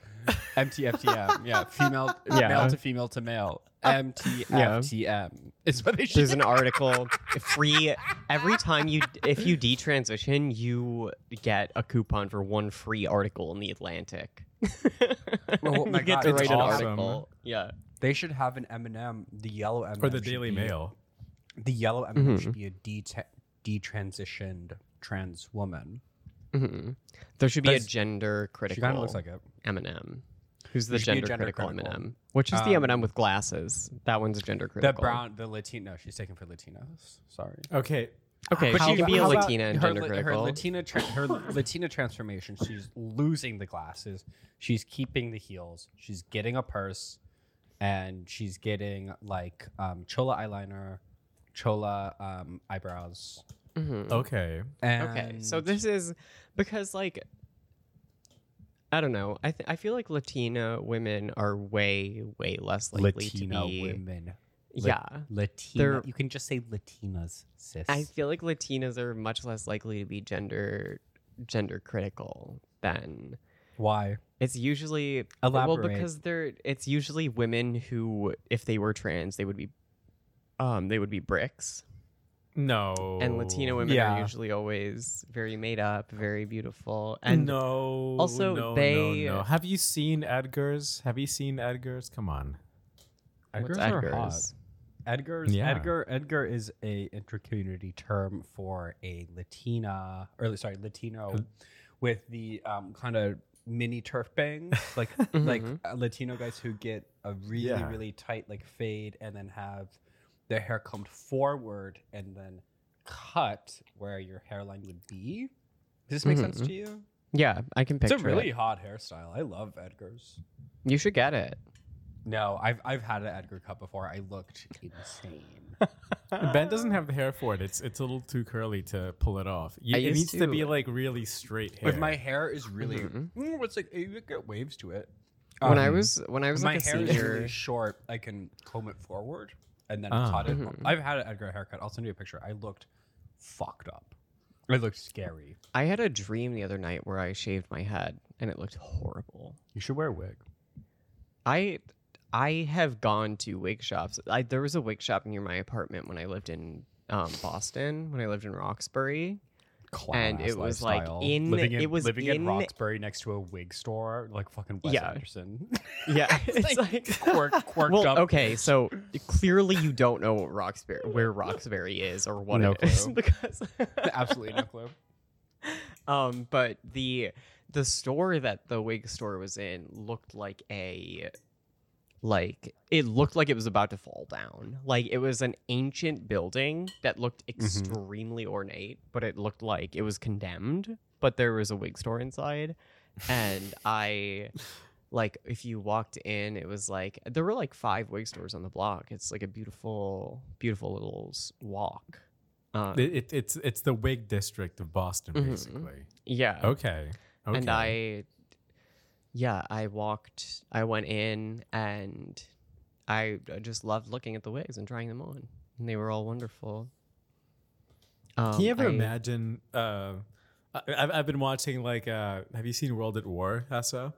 MTFTM. Yeah, female,
Yeah.
male to female to male. MTFTM is what they should.
There's an article free every time you if you detransition, you get a coupon for one free article in the Atlantic.
Oh my
you get
God,
to
it's
write an
awesome.
article. Yeah.
They should have an M&M, the yellow M&M.
Or the
should
Daily
be-
Mail.
The yellow M&M
Mm-hmm.
should be a deta- detransitioned trans woman.
hmm There should be
That's-
a gender
She
critical
kind of looks like it.
Eminem. Who's the
should be a
gender,
gender
critical,
critical.
Eminem? Which is the
Um,
Eminem with glasses. That one's gender
The
critical.
brown, the Latino. She's taken for Latinos. Sorry.
Okay.
Okay,
How
she can
about-
be a
how about
Latina and
her
gender
la- her,
critical.
Latina tra- her Latina transformation. She's losing the glasses. She's keeping the heels. She's getting a purse, and she's getting like um, chola eyeliner, chola um, eyebrows.
Mhm.
Okay.
And
Okay, so this is because like I don't know. I th- I feel like Latina women are way way less likely
Latina
to be.
women. Lat-
Yeah,
Latina.
They're-
you can just say Latinas, sis.
I feel like Latinas are much less likely to be gender gender critical than
Why?
it's usually well
Elaborate.
because they're it's usually women who if they were trans they would be um they would be bricks
No.
and Latina women
Yeah.
are usually always very made up, very beautiful and
no.
also
no,
they-
No, no. Have you seen Edgar's? Have you seen Edgar's? Come on.
what's
Edgars are hot.
Edgar's?
Edgar's
Yeah.
Edgar Edgar is a intercommunity term for a Latina or sorry Latino with the um, kind of mini turf bangs, like like
Mhm.
uh, Latino guys who get a really
Yeah.
really tight like fade and then have their hair combed forward and then cut where your hairline would be. Does this make sense
Mhm.
to you?
Yeah, I can picture
it's a really
it.
hot hairstyle. I love Edgar's.
You should get it.
No, I've I've had an Edgar cut before. I looked insane.
Uh-uh.
Ben doesn't have the hair for it. It's it's a little too curly to pull it off. You,
I
it
used
needs to. be
to-
like really straight hair.
If my hair is really,
Mhm.
Mm, it's like you get waves to it.
When I
Um,
was when I
if
was
my
like a
hair is
senior,
really short, I can comb it forward and then
Ah.
cut it.
Mhm.
I've had an Edgar haircut. I'll send you a picture. I looked fucked up. I looked scary.
I had a dream the other night where I shaved my head and it looked horrible.
You should wear a wig.
I I have gone to wig shops. I, there was a wig shop near my apartment when I lived in um, Boston, when I lived in Roxbury.
Clown
And
ass
it was, like,
lifestyle.
in-
living in
it was
living in
in-
Roxbury next to a wig store, like fucking Wes
Yeah.
Anderson.
Yeah, it's like,
quirk, quirked
well,
up.
okay, so clearly you don't know what Roxbury, where Roxbury is or what
No
it is
clue.
because
Absolutely no clue.
um but the the store that the wig store was in looked like a like it looked like it was about to fall down like it was an ancient building that looked extremely ornate but it looked like it was condemned but there was a wig store inside and i like if you walked in it was like there were like five wig stores on the block it's like a beautiful beautiful little s- walk uh,
It- it- it's it's the wig district of Boston,
Mhm.
basically.
yeah
Okay. Okay.
and I, yeah, I walked, I went in, and I I just loved looking at the wigs and trying them on, and they were all wonderful. Um,
Can you ever
I-
imagine? Uh, I, I've, I've been watching like, uh, have you seen World at War, Hessa?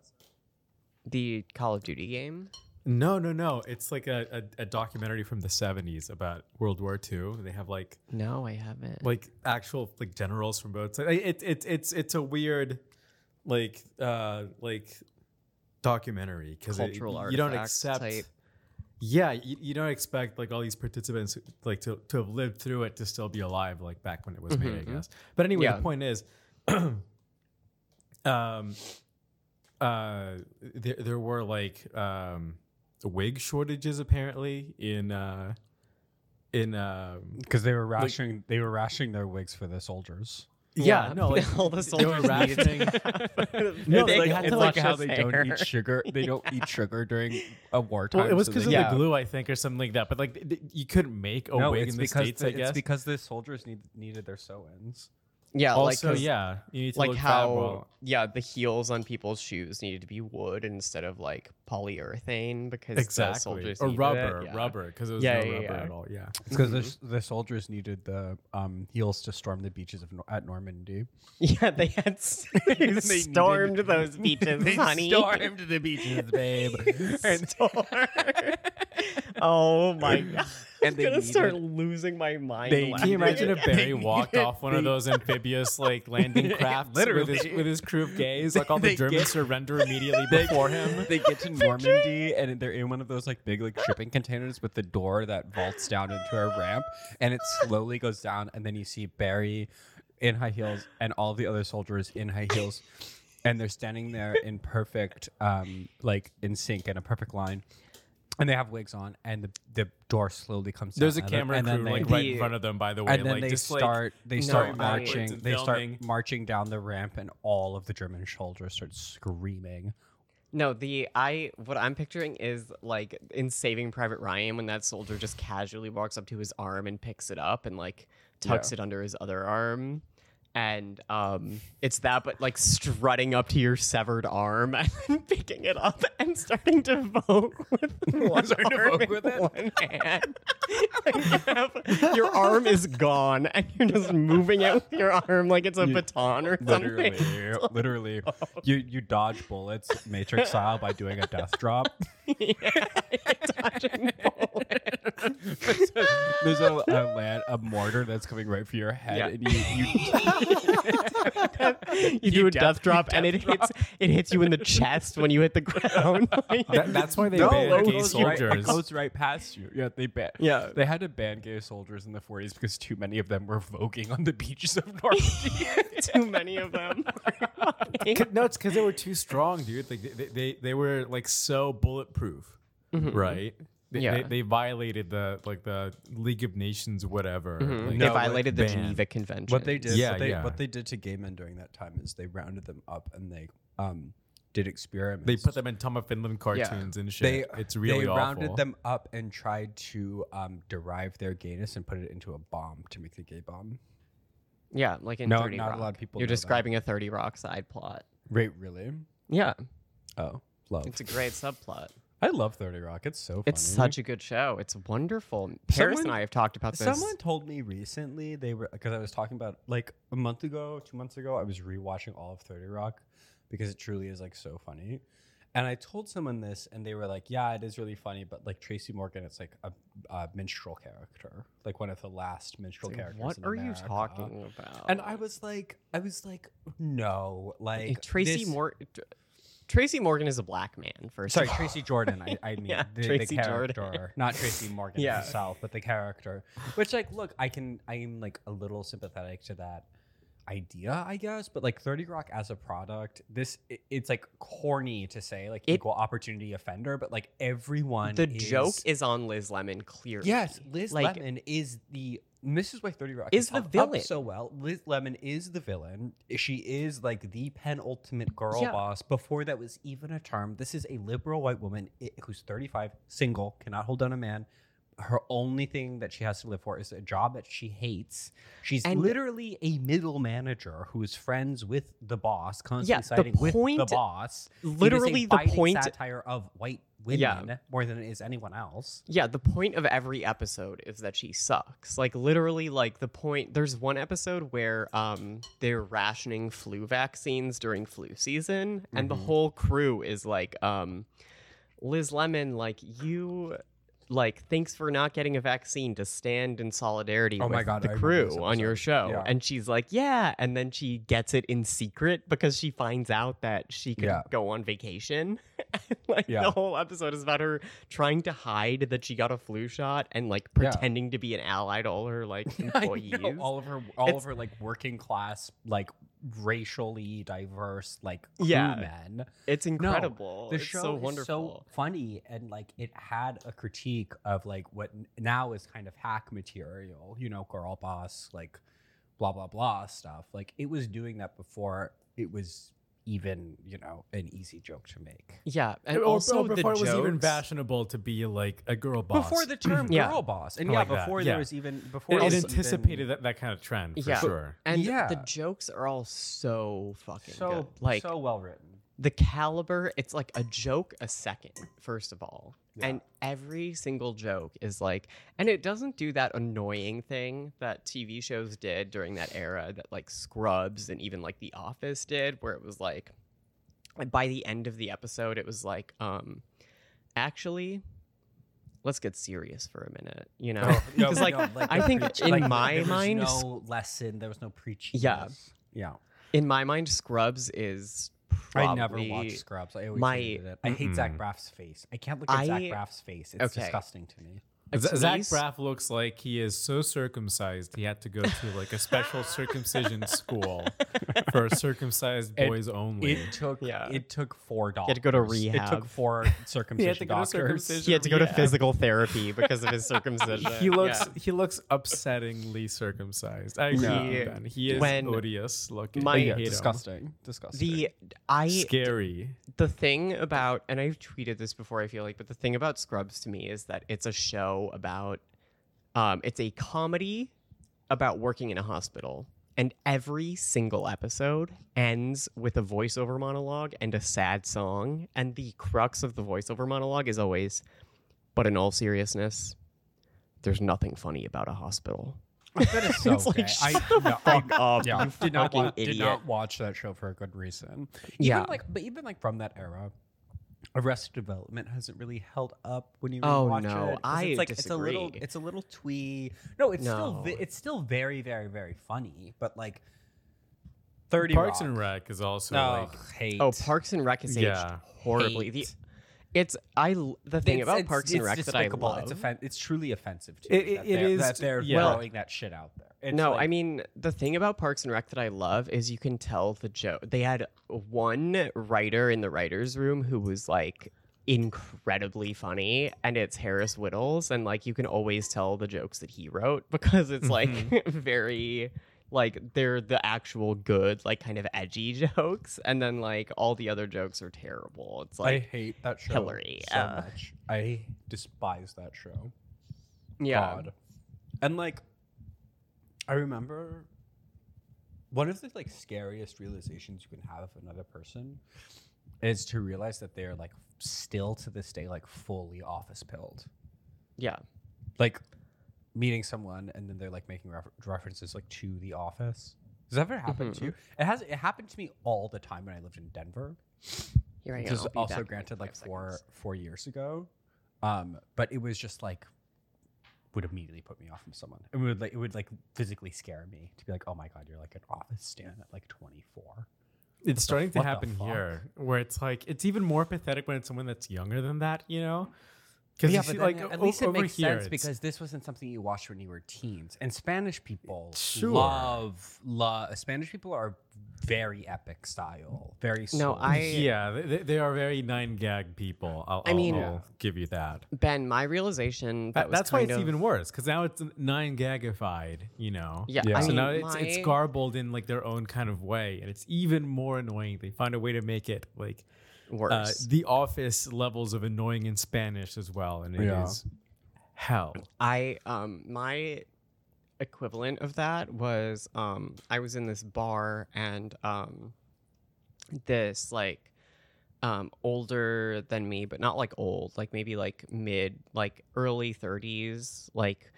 the Call of Duty game?
No, no, no. It's like a, a, a documentary from the '70s about World War II. They have like
No, I haven't.
like actual like generals from both sides. It, it it's it's a weird like uh like documentary because
Cultural
you don't
artifact
accept.
type.
Yeah, you, you don't expect like all these participants like to, to have lived through it to still be alive like back when it was made, I
Mhm.
guess. But anyway,
Yeah.
the point is, um, uh, there there were like um wig shortages apparently in uh in um
Because they were rationing, they were rationing their wigs for the soldiers.
yeah, no like
all the
they were
soldiers needed to-
rationing. No,
they
like,
had
it's
to
like
wash
how
his hair.
sugar. They don't eat sugar during a wartime.
Well, it was
so
because
they-
of
Yeah.
the glue, I think, or something like that. But like, th- th- you couldn't make a
no,
wig
it's
in the
because
states,
the,
I guess.
It's because the soldiers need, needed their sew-ins.
yeah, like
also,
'cause-
yeah, you need to
Like
look
how, yeah, the heels on people's shoes needed to be wood instead of like polyurethane because the
exactly
soldiers
or
needed it,
rubber,
yeah.
rubber because it was
Yeah,
no
yeah,
rubber
yeah.
at all. Yeah,
It's because the, soldiers needed the um, heels to storm the beaches of Nor- at Normandy.
Yeah, they had s-
needed-
stormed those beaches, honey.
the beaches, babe.
Stormed. oh my god! I'm
And they
gonna start
needed-
losing my mind.
they
can you
laughing.
imagine if
They
Barry walked
needed-
off one of those amphibious like landing crafts with his,
Literally.
with his crew of gays? Like all
They
the
get-
Germans surrender immediately before him.
they get to Normandy and they're in one of those like big like shipping containers with the door that vaults down into a ramp and it slowly goes down and then you see Barry in high heels and all the other soldiers in high heels and they're standing there in perfect um like in sync in a perfect line and they have wigs on and the, the door slowly comes
There's a
down and then-
camera
and then
crew
they-
like right in
The-
front of them. By the way,
and then
like
they
just
start they start
No, backwards
marching
and
they
filming.
start marching down the ramp and all of the german soldiers start screaming
No, the I what I'm picturing is like in Saving Private Ryan when that soldier just casually walks up to his arm and picks it up and like tucks it under his other arm. And um it's that but like strutting up to your severed arm and then picking it up and starting to vote with one
Starting to
arm
vote
and
with it?
one hand. Like, you have- your arm is gone and you're just moving it with your arm like it's a baton or
literally,
something.
literally, you you dodge bullets matrix style by doing a death drop.
Yeah, dodging bullets.
There's a, a, land, a mortar that's coming right for your head,
Yeah.
and you, you
you, do a death, drop and it hits it hits you in the chest when you hit the ground.
That- that's why they
No, it
banned gay
goes
right,
soldiers.
it goes right past you. Yeah, they ban.
Yeah.
they had to ban gay soldiers in the 40s because too many of them were voguing on the beaches of Normandy.
too many of them.
C- no, it's because they were too strong, dude. Like they, they, they were like so bulletproof, right? They,
Mm-hmm, Yeah.
they, they violated the like the League of Nations whatever. like,
Mm-hmm. they
no,
violated the
ban.
Geneva Convention.
what they did,
Yeah,
what, they,
yeah.
what they did to gay men during that time is they rounded them up and they um, did experiments.
They put them in Tom of Finland cartoons and shit. it's really
they
awful.
rounded them up and tried to um, derive their gayness and put it into a bomb to make the gay bomb.
Yeah, like in
No,
30
not a
Rock.
lot of people
You're
know that.
describing a 30 Rock side plot.
Wait, really?
Yeah,
Oh, love.
it's a great subplot.
I love Thirty Rock. It's so funny.
It's such a good show. It's wonderful. Paris and
Someone-
I have talked about this.
Someone told me recently they were because I was talking about like a month ago, two months ago. I was rewatching all of Thirty Rock because it truly is like so funny. And I told someone this, and they were like, "Yeah, it is really funny." But like Tracy Morgan, it's like a, a minstrel character, like one of the last minstrel characters.
what
in
are
America.
you talking about?
And I was like, I was like, no, like
Tracy
this-
Mor- Tr- Tracy Morgan is a black man. First,
Sorry,
of all.
Tracy Jordan. I, I mean,
Yeah,
the, the
Tracy Jordan.
character, not Tracy Morgan
Yeah.
herself, but the character. Which, like, look, I can, I am like a little sympathetic to that idea, I guess. But like, Thirty Rock as a product, this i- it's like corny to say like
It-
equal opportunity offender, but like everyone,
the
is-
joke is on Liz Lemon. Clearly,
yes, Liz
Like-
Lemon is the. And this is why Thirty Rock
Is
has
the
held up
villain.
so well. Liz Lemon is the villain. She is like the penultimate girl
Yeah.
boss. Before that was even a term. This is a liberal white woman i- who's thirty five, single, cannot hold down a man. Her only thing that she has to live for is a job that she hates. She's
And-
literally a middle manager who is friends with the boss,
Yeah,
constantly
the
siding with the
point-
boss. It is a
literally the
biting
point-
satire of white women
Yeah.
more than it is anyone else.
Yeah, the point of every episode is that she sucks. Like literally, like the point. There's one episode where um they're rationing flu vaccines during flu season, and the
Mhm.
whole crew is like, um, Liz Lemon, like you, like thanks for not getting a vaccine to stand in solidarity
Oh
with
my God,
the
I remember
crew
this
on your
episode.
show,
Yeah.
and she's like, yeah, and then she gets it in secret because she finds out that she could
Yeah.
go on vacation. like
Yeah.
the whole episode is about her trying to hide that she got a flu shot and like
Yeah.
pretending to be an ally to all her like
I
employees.
know, all of her, all
It's-
of her like working class, like racially diverse, like
Yeah.
yeah, men.
it's incredible.
The
it's
show
so
is
wonderful.
so funny, and like it had a critique of like what n- now is kind of hack material, you know, girl boss, like blah blah blah stuff. Like it was doing that before it was even, you know, an easy joke to make.
yeah, and
Or- or
also the
before it was even
jokes-
fashionable to be like a girl boss.
Before the term
Yeah.
girl boss, and
I
yeah,
like that,
before
yeah.
there was even before
it, it
was even-
anticipated that, that kind of trend for
Yeah.
sure.
and
Yeah.
the jokes are all so fucking
so
good. Like
so well written.
the caliber, it's like a joke a second, first of all. And every single joke is like, and it doesn't do that annoying thing that TV shows did during that era that like Scrubs and even like The Office did, where it was like, by the end of the episode, it was like, um, actually, let's get serious for a minute, you know?
no,
'Cause, like,
no,
I
the
think
preach-
in my
there was
mind-
no lesson. There was no preaching.
Yeah.
yeah.
In my mind, Scrubs is probably.
I never watched Scrubs. I always
my-
hated it. I hate Zach
Mm-mm.
Braff's face. I can't look at
I-
Zach Braff's face. It's
Okay.
disgusting to me.
It's
Z- Zach
nice.
Braff looks like he is so circumcised he had to go to like a special circumcision school for circumcised
It-
boys only.
It took
Yeah.
it took four dollars.
had to go to
It took
rehab.
four circumcision
to go to
doctors.
circumcision.
He had to go to
Yeah.
physical therapy because of his circumcision.
he looks
Yeah.
he looks upsettingly circumcised. I agree
Yeah.
with you, Ben. He is
When
odious looking.
my-
I
Yeah,
hate him.
disgusting. Disgusting.
The I
Scary.
the thing about and I've tweeted this before I feel like but the thing about Scrubs to me is that it's a show about um it's a comedy about working in a hospital and every single episode ends with a voiceover monologue and a sad song and the crux of the voiceover monologue is always but in all seriousness there's nothing funny about a hospital.
that is so
It's like,
gay. I,
shut
no, I-
up,
yeah,
you
did not
fucking
wa- did
idiot.
not watch that show for a good reason.
Yeah.
Even like, but even like from that era, Arrested Development hasn't really held up when you
Oh,
watch
no,
it. 'cause
I
it's like it's a little
disagree.
it's a little twee. No, it's still
No.
ve- it's still very very very funny, but like Thirty
Parks
Rock.
and Rec is also
No,
like
hate.
Oh, Parks and Rec is aged
Yeah.
horribly. The,
Hate.
it's I l- the thing
It's-
about
it's-
Parks and
it's
Rec that I
despicable.
love.
It's, offen- it's truly offensive to
It-
me
it-
that
it
they're,
is
that
t-
they're
yeah.
throwing that shit out there. It's
no,
like-
I mean the thing about Parks and Rec that I love is you can tell the joke. They had one writer in the writers' room who was like incredibly funny, and it's Harris Whittles, and like you can always tell the jokes that he wrote because it's
Mm-hmm.
like very like they're the actual good like kind of edgy jokes, and then like all the other jokes are terrible. It's
I
like
hate that show
Hillary,
so
uh,
much. I despise that show.
yeah,
God. And like, I remember one of the like scariest realizations you can have of another person is to realize that they're like still to this day like fully office pilled.
yeah.
Like meeting someone and then they're like making refer- references like to the office. Has that ever happened to you? It has. It happened to me all the time when I lived in Denver.
Here I am.
This is
I'll be back
also
in
granted like
five
four
seconds.
four years ago, um, but it was just like would immediately put me off from someone. It would like it would like physically scare me to be like, oh my god, you're like an office stand at like 24.
it's starting to
what the
happen
fuck?
here, where it's like it's even more pathetic when it's someone that's younger than that, you know? Because
yeah,
you see,
but
like
like at
o-
least it
over
makes
here,
sense
it's-
because this wasn't something you watched when you were teens. And Spanish people
Sure.
love love. Spanish people are very epic style, very slow.
I-
yeah, they- they, they are very nine gag people. I'll,
I
I'll-
mean-
I'll give you that.
Ben, my realization that,
That-
was
that's why
kind
it's
of-
even worse because now it's nine gagified, you know.
Yeah,
Yeah.
I
So
mean,
now it's it's
my-
garbled in like their own kind of way, and it's even more annoying. They find a way to make it like
worse.
uh, the office levels of annoying in Spanish as well, and it is
Yeah.
hell.
I um my equivalent of that was um I was in this bar and um this like um older than me but not like old like maybe like mid like early 30s like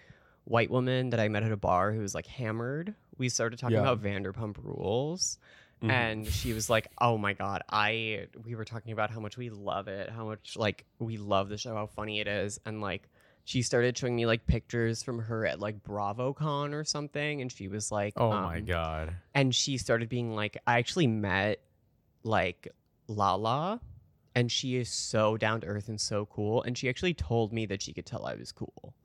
white woman that I met at a bar who was like hammered we started talking
Yeah.
about Vanderpump rules
Mm-hmm.
and she was like oh my god i we were talking about how much we love it how much like we love the show how funny it is and like she started showing me like pictures from her at like BravoCon or something and she was like
Oh my
um,
god.
and she started being like i actually met like lala and she is so down to earth and so cool and she actually told me that she could tell i was cool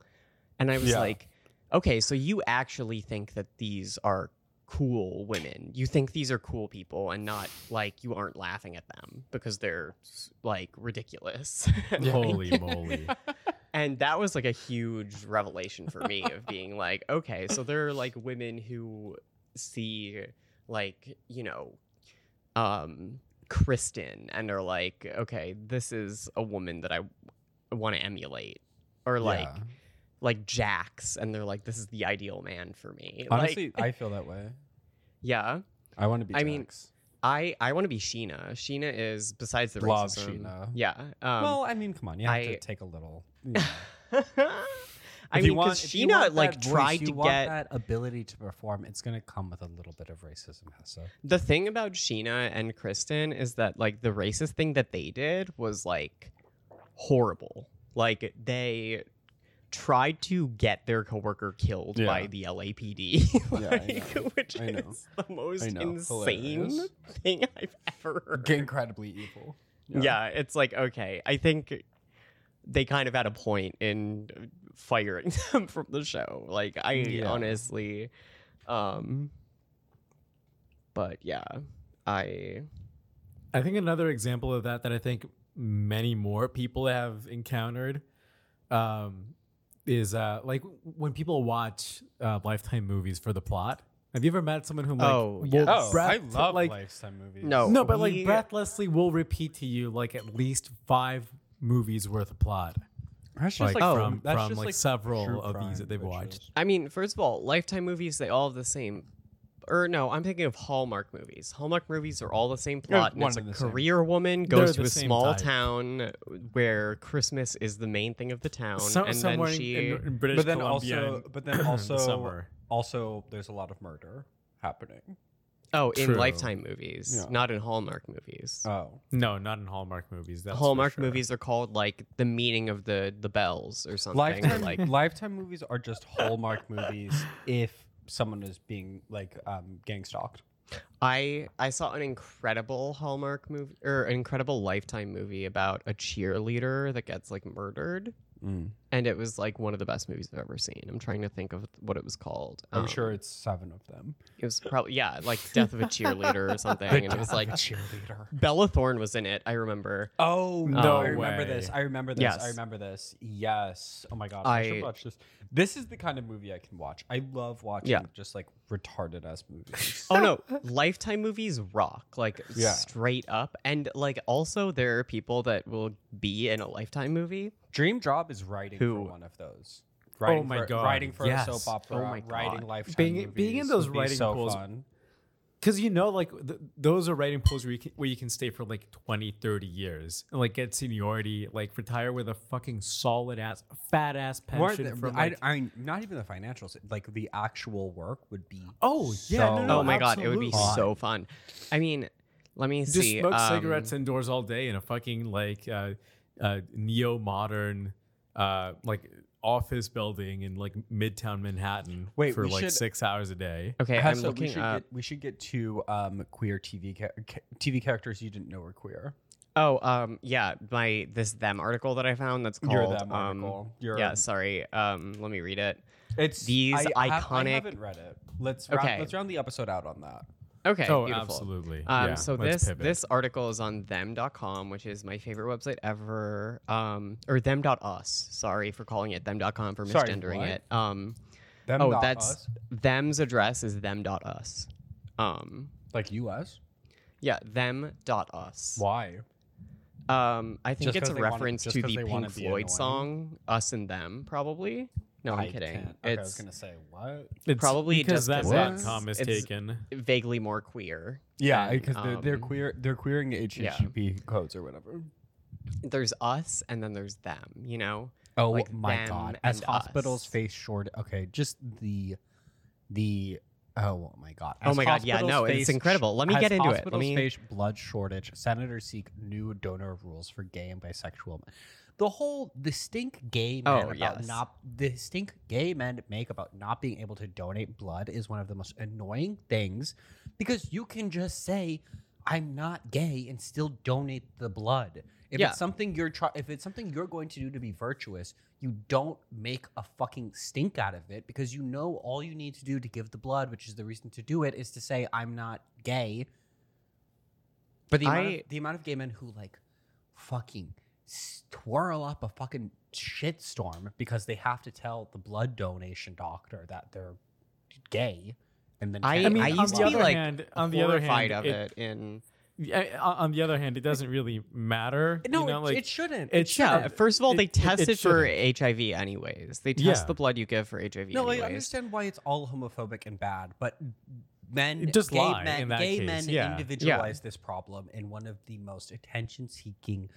and i was
Yeah.
like okay so you actually think that these are cool women you think these are cool people and not like you aren't laughing at them because they're like ridiculous
Holy moly.
and that was like a huge revelation for me of being like, okay, so there are like women who see like, you know, um Kristen and are like, okay, this is a woman that I want to emulate or like
Yeah.
like Jax and they're like this is the ideal man for me.
honestly,
like
I feel that way.
yeah.
I want to be.
I mean,
Jax.
I I want to be Sheena. Sheena is besides the
Love
racism.
Sheena.
Yeah. Um
well, I mean, come on, you have
I-
to take a little. you know.
I
If
mean,
you want-
because
if you
Sheena
want
like
that voice,
tried
you
to
want
get
that ability to perform. It's going to come with a little bit of racism, Hessa.
The thing about Sheena and Kristen is that like the racist thing that they did was like horrible. Like they tried to get their coworker killed
Yeah.
by the LAPD,
Yeah, I
like,
know.
which
I know.
is the most
I know.
insane
Hilarious.
thing I've ever heard.
Incredibly evil.
Yeah. it's like okay, I think they kind of had a point in firing them from the show. Like I
Yeah.
honestly um but yeah, I
I think another example of that that I think many more people have encountered um, is uh, like when people watch uh, Lifetime movies for the plot. Have you ever met someone who like
Oh,
will
yes.
Oh, I
breath-
love
like
Lifetime movies.
No.
no, but like
We-
breathlessly will repeat to you like at least five movies worth of plot,
that's
like,
just like, Oh,
from,
that's
from
just
like,
like
several
true
of these
crime
that they've watched.
rituals.
I mean, first of all, Lifetime movies, they all have the same. Or no, I'm thinking of Hallmark movies. Hallmark movies are all the same plot. And
one
it's a
and the same.
career woman goes
They're
to
the
a
same
small
type.
town where Christmas is the main thing of the town,
So,
Oh, and then
somewhere in-
she.
in, in British
But then
Columbia
also,
in
but then
the
also,
summer.
also, there's a lot of murder happening.
oh, in
True.
Lifetime movies,
Yeah.
not in Hallmark movies.
Oh,
No, not in Hallmark movies. That's for
Hallmark
sure.
movies are called like the meaning of the the bells or something. or
Lifetime
like
Lifetime movies are just Hallmark movies if someone is being like um, gang stalked.
I I saw an incredible Hallmark movie or an incredible Lifetime movie about a cheerleader that gets like murdered, and it was like one of the best movies I've ever seen. I'm trying to think of what it was called.
I'm
Um,
sure it's seven of them.
it was probably yeah, like Death of a Cheerleader or something, and it was like
cheerleader.
Bella Thorne was in it. I remember.
Oh no!
No
I remember
way.
this. I remember this.
Yes.
I remember this. Yes. Oh my god! I,
I-
should watch this. This is the kind of movie I can watch. I love watching
Yeah.
just like retarded ass movies.
oh no lifetime movies rock like
Yeah.
straight up and like also there are people that will be in a lifetime movie
Dream job is writing
Who-
for one of those. Writing
Oh my
for,
God,
Writing for
yes.
a soap opera.
Oh my God.
Writing lifetime.
Being- being in
movies
those
would be
writing
so
pools-
Fun.
Because you know, like th- those are writing pools where you, can, where you can stay for like 20, 30 years and like get seniority, like retire with a fucking solid ass, fat ass
More
pension
than-
from
I,
like,
I mean, not even the financials. Like the actual work would be.
Oh, yeah, no,
so
no,
oh my god it would be
absolutely.
so fun i mean let me
just
see
smoke
um,
cigarettes indoors all day in a fucking like uh, uh, neo modern uh, like office building in like midtown Manhattan
Wait,
for
we
like
should-
six hours a day.
okay i'm
Hessa, Uh, we
looking
should
up
get we should get to um, queer TV ca- ca- TV characters you didn't know were queer.
oh um yeah my this them article that i found that's called
You're that
um
article. You're
yeah sorry um let me read it
It's
These
I have-
iconic-
I haven't read it. Let's round,
Okay.
let's round the episode out on that.
okay
oh,
beautiful
absolutely.
Um,
yeah,
so
let's
this
pivot.
this article is on them.com, which is my favorite website ever. Um, or them.us. Sorry for calling it them.com for
Sorry,
misgendering
what?
it. Um,
Them
oh,
dot
that's
us.
them's address is them.us. Um,
like us.
yeah, them.us.
Why?
Um, I think
Just
it's
'cause
a
they wanna-
reference
just
to
'cause
the
they
Pink
wanna be
Floyd
annoying?
song "Us and Them," probably. No, I'm
I
kidding.
can't. Okay, I was
it's
gonna say what?
It's
probably
because
just 'cause
that
it's-
com is
it's-
taken.
vaguely more queer.
Yeah,
And,
because they're, they're
um,
queer. They're queering HTTP codes or whatever.
There's us, and then there's them. You know.
Oh
Like
my
them
god! As
and
hospitals
us.
face short, okay, just the the. Oh my god!
Oh
As
my God, yeah,
hospitals
no, it's
face
incredible. Let me
as
get into it. Let
hospitals
me-
face blood shortage. Senators seek new donor rules for gay and bisexual. men. The whole the stink gay men
Oh,
about
yes.
not the stink gay men make about not being able to donate blood is one of the most annoying things because you can just say I'm not gay and still donate the blood. If
Yeah.
it's something you're try- if it's something you're going to do to be virtuous, you don't make a fucking stink out of it because you know all you need to do to give the blood, which is the reason to do it, is to say I'm not gay. But the amount,
I-
of, the amount of gay men who like fucking s- twirl up a fucking shitstorm because they have to tell the blood donation doctor that they're gay, and then
I-
can't
I
mean,
get
on
used
the
to
the
be
blood.
other
like
hand, on the other
horrified of
hand, it-
it in
Yeah, on on the other hand, it doesn't really matter.
no,
you know,
it,
like
it shouldn't.
it
shouldn't.
Yeah,
Yeah,
first of all,
it-
they
it- it
tested for HIV anyways. They test
Yeah.
the blood you give for HIV
No,
anyways.
I understand why it's all homophobic and bad, but men,
Just
gay
lie
men,
in that
gay
case,
men
yeah.
individualize this problem in one of the most attention-seeking,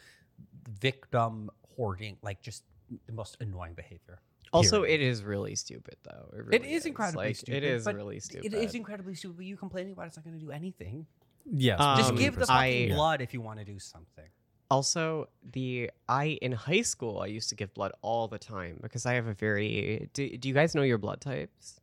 victim hoarding, like just the most annoying behavior.
Also,
Period.
it is really stupid though. It,
It
really
is incredibly
Like, It
stupid.
is
but
really stupid.
It is incredibly stupid. But you complaining about it's not going to do anything.
yes,
Um,
Just give the fucking
I-
blood if you want to do something.
also, the I in high school I used to give blood all the time because I have a very. Do, do you guys know your blood types?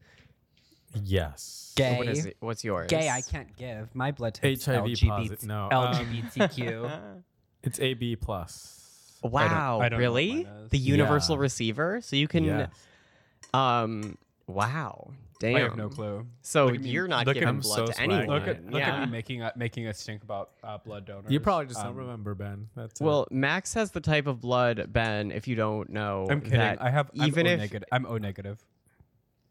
yes.
Gay.
What is it? What's yours?
Gay, I can't give. My blood type
HIV
LGBT,
posit-
uh,
no, um,
LGBTQ.
It's AB plus.
wow,
I don't know what
really?
mine is.
The universal
Yeah.
receiver, so you can.
Yes.
Um. Wow. Damn.
I have no clue.
So
Look at me-
you're not
look at-
giving
I'm
blood
so
to
swag.
anyone.
Look at look
yeah.
at me making a, making a stink about uh, blood donors.
You probably just
Um,
don't remember, Ben. That's it.
Well, Max has the type of blood, Ben. If you don't know,
I'm kidding.
that-
I have
even
I'm O
if-
negative. I'm O negative.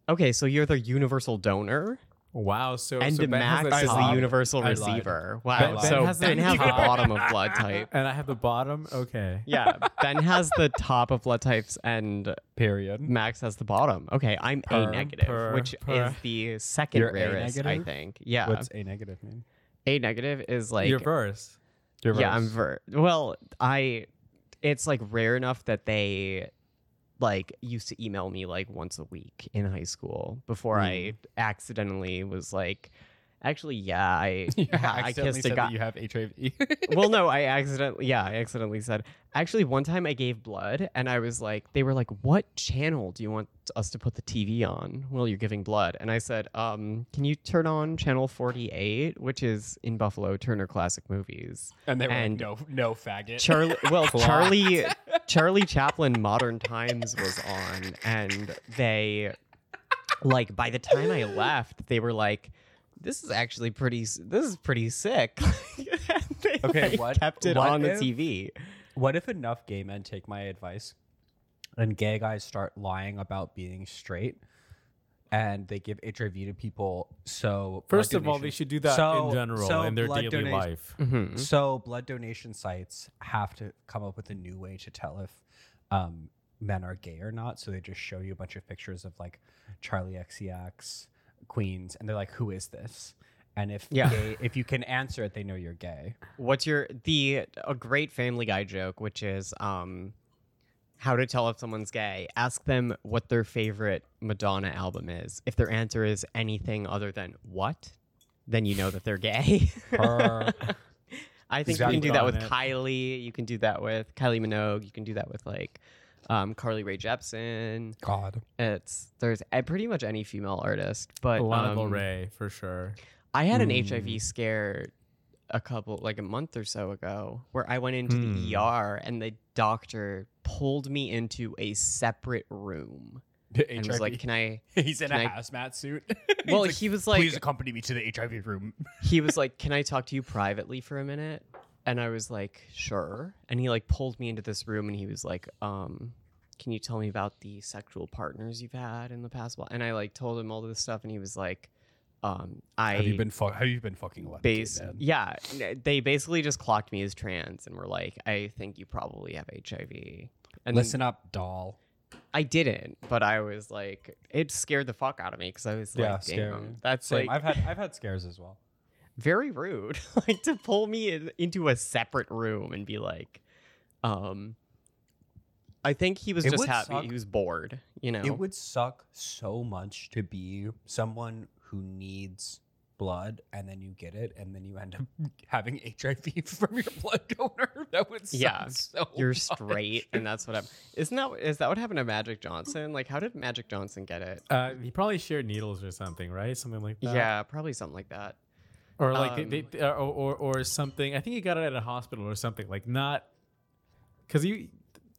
okay, so you're the universal donor,
wow. So
Oh,
and
so ben has
Max
the
is the
top,
universal
I lied.
receiver.
Ben-
Wow.
Ben
so
has the
Ben has the
top.
bottom of blood type.
and I have the bottom. Okay.
Yeah, Ben has the top of blood types, and
Period.
Max has the bottom. Okay, I'm
Per-
A negative,
per-
which
per.
is the 2nd
You're A
rarest, I
negative?
think. Yeah,
What's A negative mean?
A negative is like
Your verse.
You're
Yeah, I'm ver. Well, I. It's like rare enough that they, like, used to email
Mm.
me like once a week in high school before I accidentally was like, Actually, yeah, I
You
yeah, I
accidentally
kissed a
said
guy.
that you have HIV.
well, no, I accidentally yeah, I accidentally said. Actually, one time I gave blood and I was like they were like, "What channel do you want us to put the TV on while you're giving blood?" And I said, "Um, can you turn on channel 48, which is in Buffalo Turner Classic Movies."
and they were
And-
like, no, no faggot.
Charlie well,
Clocked.
Charlie Charlie Chaplin Modern Times was on and they like by the time I left, they were like this is actually pretty. s- This is pretty sick. And they,
Okay,
like,
what-
kept it
what
on
if-
the TV.
What if enough gay men take my advice and gay guys start lying about being straight and they give HIV to people so blood
First of all, they
donation-
should do that
So-
in general
so
in their
blood
daily
donation-
life.
Mhm.
so blood donation sites have to come up with a new way to tell if um, men are gay or not. So they just show you a bunch of pictures of like Charlie XCX, Queens, and they're like, "Who is this?" And if
Yeah.
gay, if you can answer it, they know you're gay.
What's your the a great Family Guy joke, which is um, how to tell if someone's gay? Ask them what their favorite Madonna album is. If their answer is anything other than what, then you know that they're gay.
Her-
I think
Exactly.
you can do that with
On it.
Kylie. You can do that with Kylie Minogue. You can do that with like um, Carly Rae Jepsen.
God,
It's there's uh, pretty much any female artist, but
Lana Del
um,
Rey, Hmm. for sure.
I had an
Mm.
HIV scare a couple like a month or so ago where I went into
Hmm.
the ER and the doctor pulled me into a separate room and was like, "Can I?"
he's in
can
a
I-
hazmat suit.
Well,
He's
he was like,
"Please accompany me to the HIV room."
he was like, "Can I talk to you privately for a minute?" And I was like, "Sure." And he like pulled me into this room and he was like, "Um, can you tell me about the sexual partners you've had in the past?" while?" And I like told him all this stuff and he was like, "Um, I
have you been fu- Have you been fucking a
base yeah n- they basically just clocked me as trans and were like i think you probably have hiv and
Listen up, doll.
i didn't but i was like it scared the fuck out of me because i was like
Yeah,
damn
scary.
that's
Same.
like
I've had I've had scares as well.
very rude like to pull me in, into a separate room and be like um i think he was
It
just
would
happy
suck.
he was bored you know
It would suck so much to be someone who needs blood and then you get it and then you end up having HIV from your blood donor. That would suck
Yeah,
so
you're
much.
straight and that's what happened isn't that is that what happened to magic johnson like how did magic johnson get it
Uh, he probably shared needles or something, right? Something like that.
yeah probably something like that
Or like they-
Um,
they, or, or or something. I think he got it at a hospital or something. Like not because you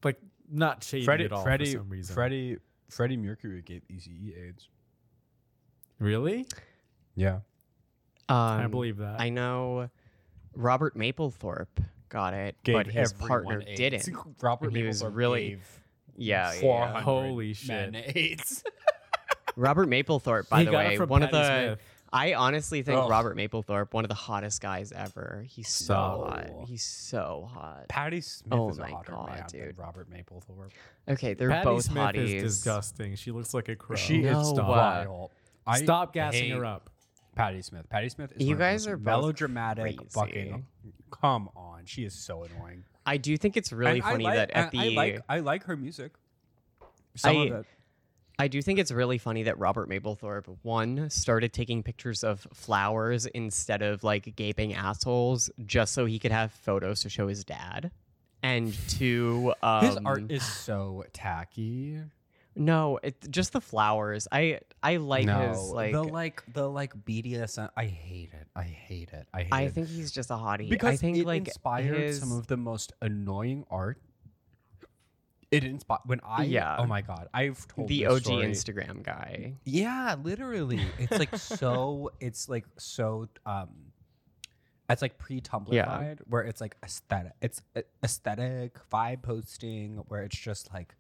like not shady
Freddie
at all
Freddie
for some reason.
Freddie Freddie Mercury gave ECE AIDS.
really?
Yeah.
Um,
I believe that.
I know Robert Maplethorpe got it, but his partner didn't.
Robert
And he was
Mapplethorpe
really-
gave
Yeah, yeah,
400
yeah.
Holy
men AIDS.
Robert Maplethorpe, by
He
the
got it
way,
from
one of
Patti
the.
Smith.
I honestly think
Ugh.
Robert Maplethorpe, one of the hottest guys ever. He's so, hot.
So-
He's so hot.
Patty Smith
Oh
is
my
a hotter
God,
man
dude.
than Robert Mapplethorpe.
Okay, they're
Patti
both
Smith
hotties.
is disgusting. She looks like a crow.
She
No,
is
uh,
vile. I
Stop gassing
hate
her up.
Patty Smith. Patty Smith is
You
one of the
guys
most
are both
melodramatic.
crazy.
Fucking, come on, she is so annoying.
I do think it's really
And I
funny
like-
that at
and
the
I like I like her music. Some
I-
of it.
I do think it's really funny that Robert Mapplethorpe, one, started taking pictures of flowers instead of like gaping assholes just so he could have photos to show his dad. And two, um,
His art is so tacky.
no, it, just the flowers. I I like his like,
the like the like BDSM. I hate it. I hate it. I hate
I
it.
think he's just a hottie.
because
I think
it
like
inspired
his,
some of the most annoying art. It inspired when I
Yeah.
Oh my god, I've told
the
this
OG
story.
Instagram guy.
Yeah, literally. It's like so. It's like so. Um, it's like pre Tumblr
Yeah.
where it's like aesthetic. It's a- aesthetic vibe posting where it's just like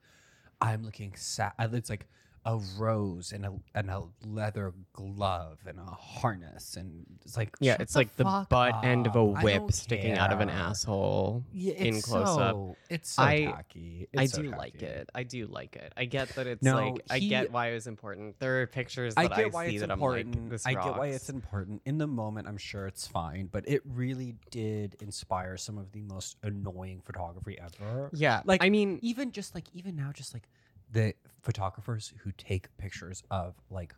I'm looking sad. It's like a rose and a and a leather glove and a harness and it's like
Yeah,
shut
it's like the
fuck
butt end of a
up. I
whip
don't
sticking out of an
care.
asshole.
Yeah,
in
it's
close up.
so- It's so
I-
tacky.
I
It's so
do like
tacky.
it. I do like it. I get that it's
No,
like I
he-
get why it was important. There are pictures
I
that I,
get why
see
it's
that
important.
I'm like, this
I get why
rocks.
it's important. In the moment, I'm sure it's fine, but it really did inspire some of the most annoying photography ever.
Yeah,
Like,
like I mean,
Even just like even now, just like the photographers who take pictures of like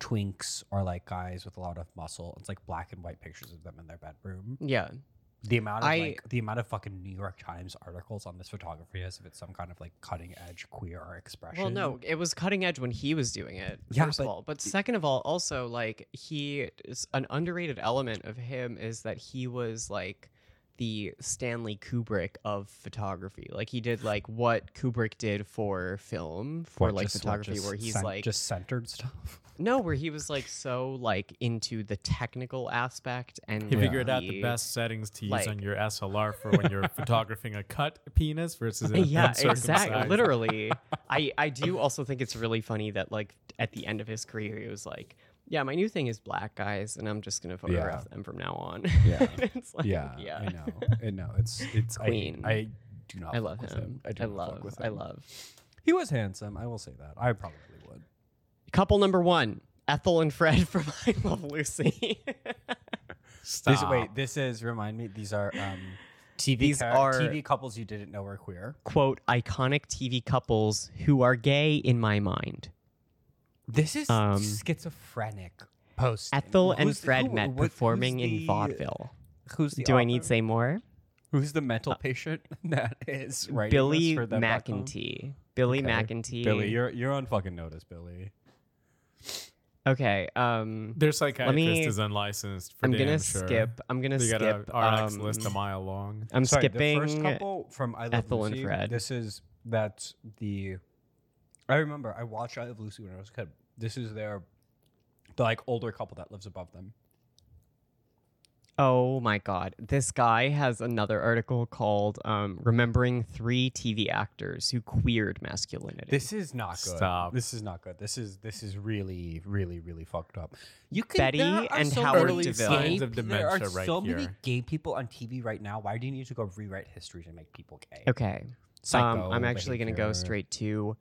tw- twinks are like guys with a lot of muscle. It's like black and white pictures of them in their bedroom.
Yeah.
The amount of
I-
like the amount of fucking New York Times articles on this photography as if it's some kind of like cutting edge queer expression.
Well, no, it was cutting edge when he was doing it.
Yeah,
first
but-
of all, but second of all, also like he is an underrated element of him is that he was like the Stanley Kubrick of photography. Like he did like what Kubrick did for film for
What,
like
just- what,
photography,
just
where he's
cen-
like
just centered stuff.
no, where he was like so like into the technical aspect and
He
like,
figured out the best settings to use on
like-
your SLR for when you're photographing a cut penis versus an
yeah exactly
uncircumcised.
literally i i do also think it's really funny that like at the end of his career he was like yeah my new thing is black guys and i'm just gonna photograph them from now on
Yeah.
And it's like,
yeah,
yeah
I know. I know. It's it's I-
Queen.
I, do not.
I
fuck
love
with
him.
I, do
I
not fuck
love.
with
I
him.
love.
He was handsome. I will say that. I probably would.
Couple number one: Ethel and Fred from I Love Lucy.
Stop.
These, wait, this is remind me. These are um, TV
These
char-
are-
TV couples you didn't know were queer.
"Quote iconic TV couples who are gay in my mind."
This is
Um,
schizophrenic. Post
Ethel and Fred met performing in vaudeville.
Who's the
Do I need
author?
say more?
Who's the mental patient that is writing
Billy
this for them dot com?
McEntee. Billy
Okay.
McEntee.
Billy, you're you're on fucking notice, Billy.
Okay. Um,
Their psychiatrist
me-
is unlicensed. For
I'm
damn
gonna
sure.
skip. I'm gonna
They got
skip.
a RX
um,
list a mile long.
I'm
Sorry, The first
skipping.
couple from I Love
Ethel and
Lucy,
Fred.
This is that's the. I remember I watched I Love Lucy when I was a kid. This is their, the like older couple that lives above them.
Oh my god, this guy has another article called um, "Remembering Three TV Actors Who Queered Masculinity."
This is not good.
Stop.
This is not good. This is this is really, really, really fucked up. You can
Betty
there are
and
so
Howard
many
Deville.
gay
Signs of
pe- There
dementia
are
right
so many
here.
gay people on TV right now. Why do you need to go rewrite history to make people gay?
okay.
Psycho
um, I'm actually gonna go
behavior.
straight to.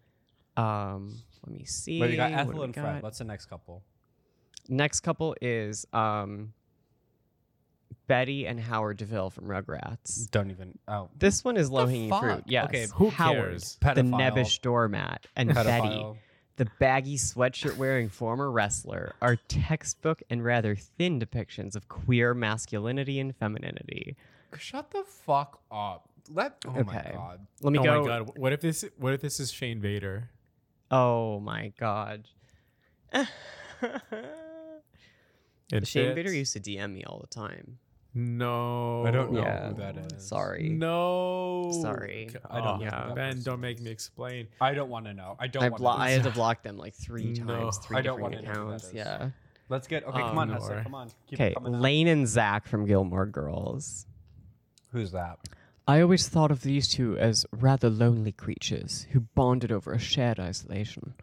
Um, let me see.
Well, you got
what do
Ethel
we
and Fred.
got?
What's the next couple?
Next couple is um, Betty and Howard Deville from Rugrats.
Don't even. Oh,
This one is low hanging fruit.
fuck?
Yes.
Okay,
who
Howard,
cares?
the
Pedophile.
nebbish doormat, and Betty,
pedophile.
the baggy sweatshirt wearing former wrestler, are textbook and rather thin depictions of queer masculinity and femininity.
Shut the fuck up. Let. Oh my
Okay.
god.
Let me
oh
go.
my god! What if this? What if this is Shane Vader?
Oh my god.
It
Shane
fits.
Bitter used to DM me all the time.
No,
I don't know
yeah.
Oh, who that is.
Sorry.
No,
Sorry.
I don't
Oh,
know who that
Ben,
person
don't
is.
make me explain.
I don't want to know. I don't.
I,
wanna
blo- I
know.
had to block them like three
No,
times, three
I don't
different
wanna know who that
accounts.
is.
Yeah.
Let's get. Okay,
Um,
come on, Nessa.
Nora.
Come on. Keep
Okay.
it coming. up.
Lane and Zach from Gilmore Girls.
Who's that?
I always thought of these two as rather lonely creatures who bonded over a shared isolation.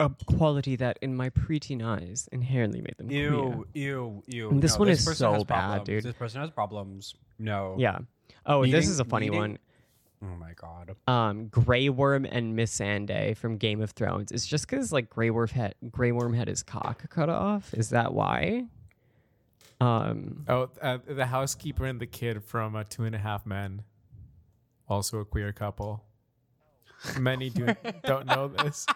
A quality that, in my preteen eyes, inherently made them
Ew, ew, ew.
Oh, This one is
person
so
has
bad,
problems.
dude.
This person has problems. No.
queer. Yeah. Oh, this
Eating-
is a funny
eating-
one.
Oh my god.
Um, Grey Worm and Miss Sande from Game of Thrones. It's just because like Grey Worm had Grey Worm had his cock cut off. Is that why? Um,
Oh, uh, the housekeeper and the kid from uh, Two and a Half Men, also a queer couple. Many do don't know this.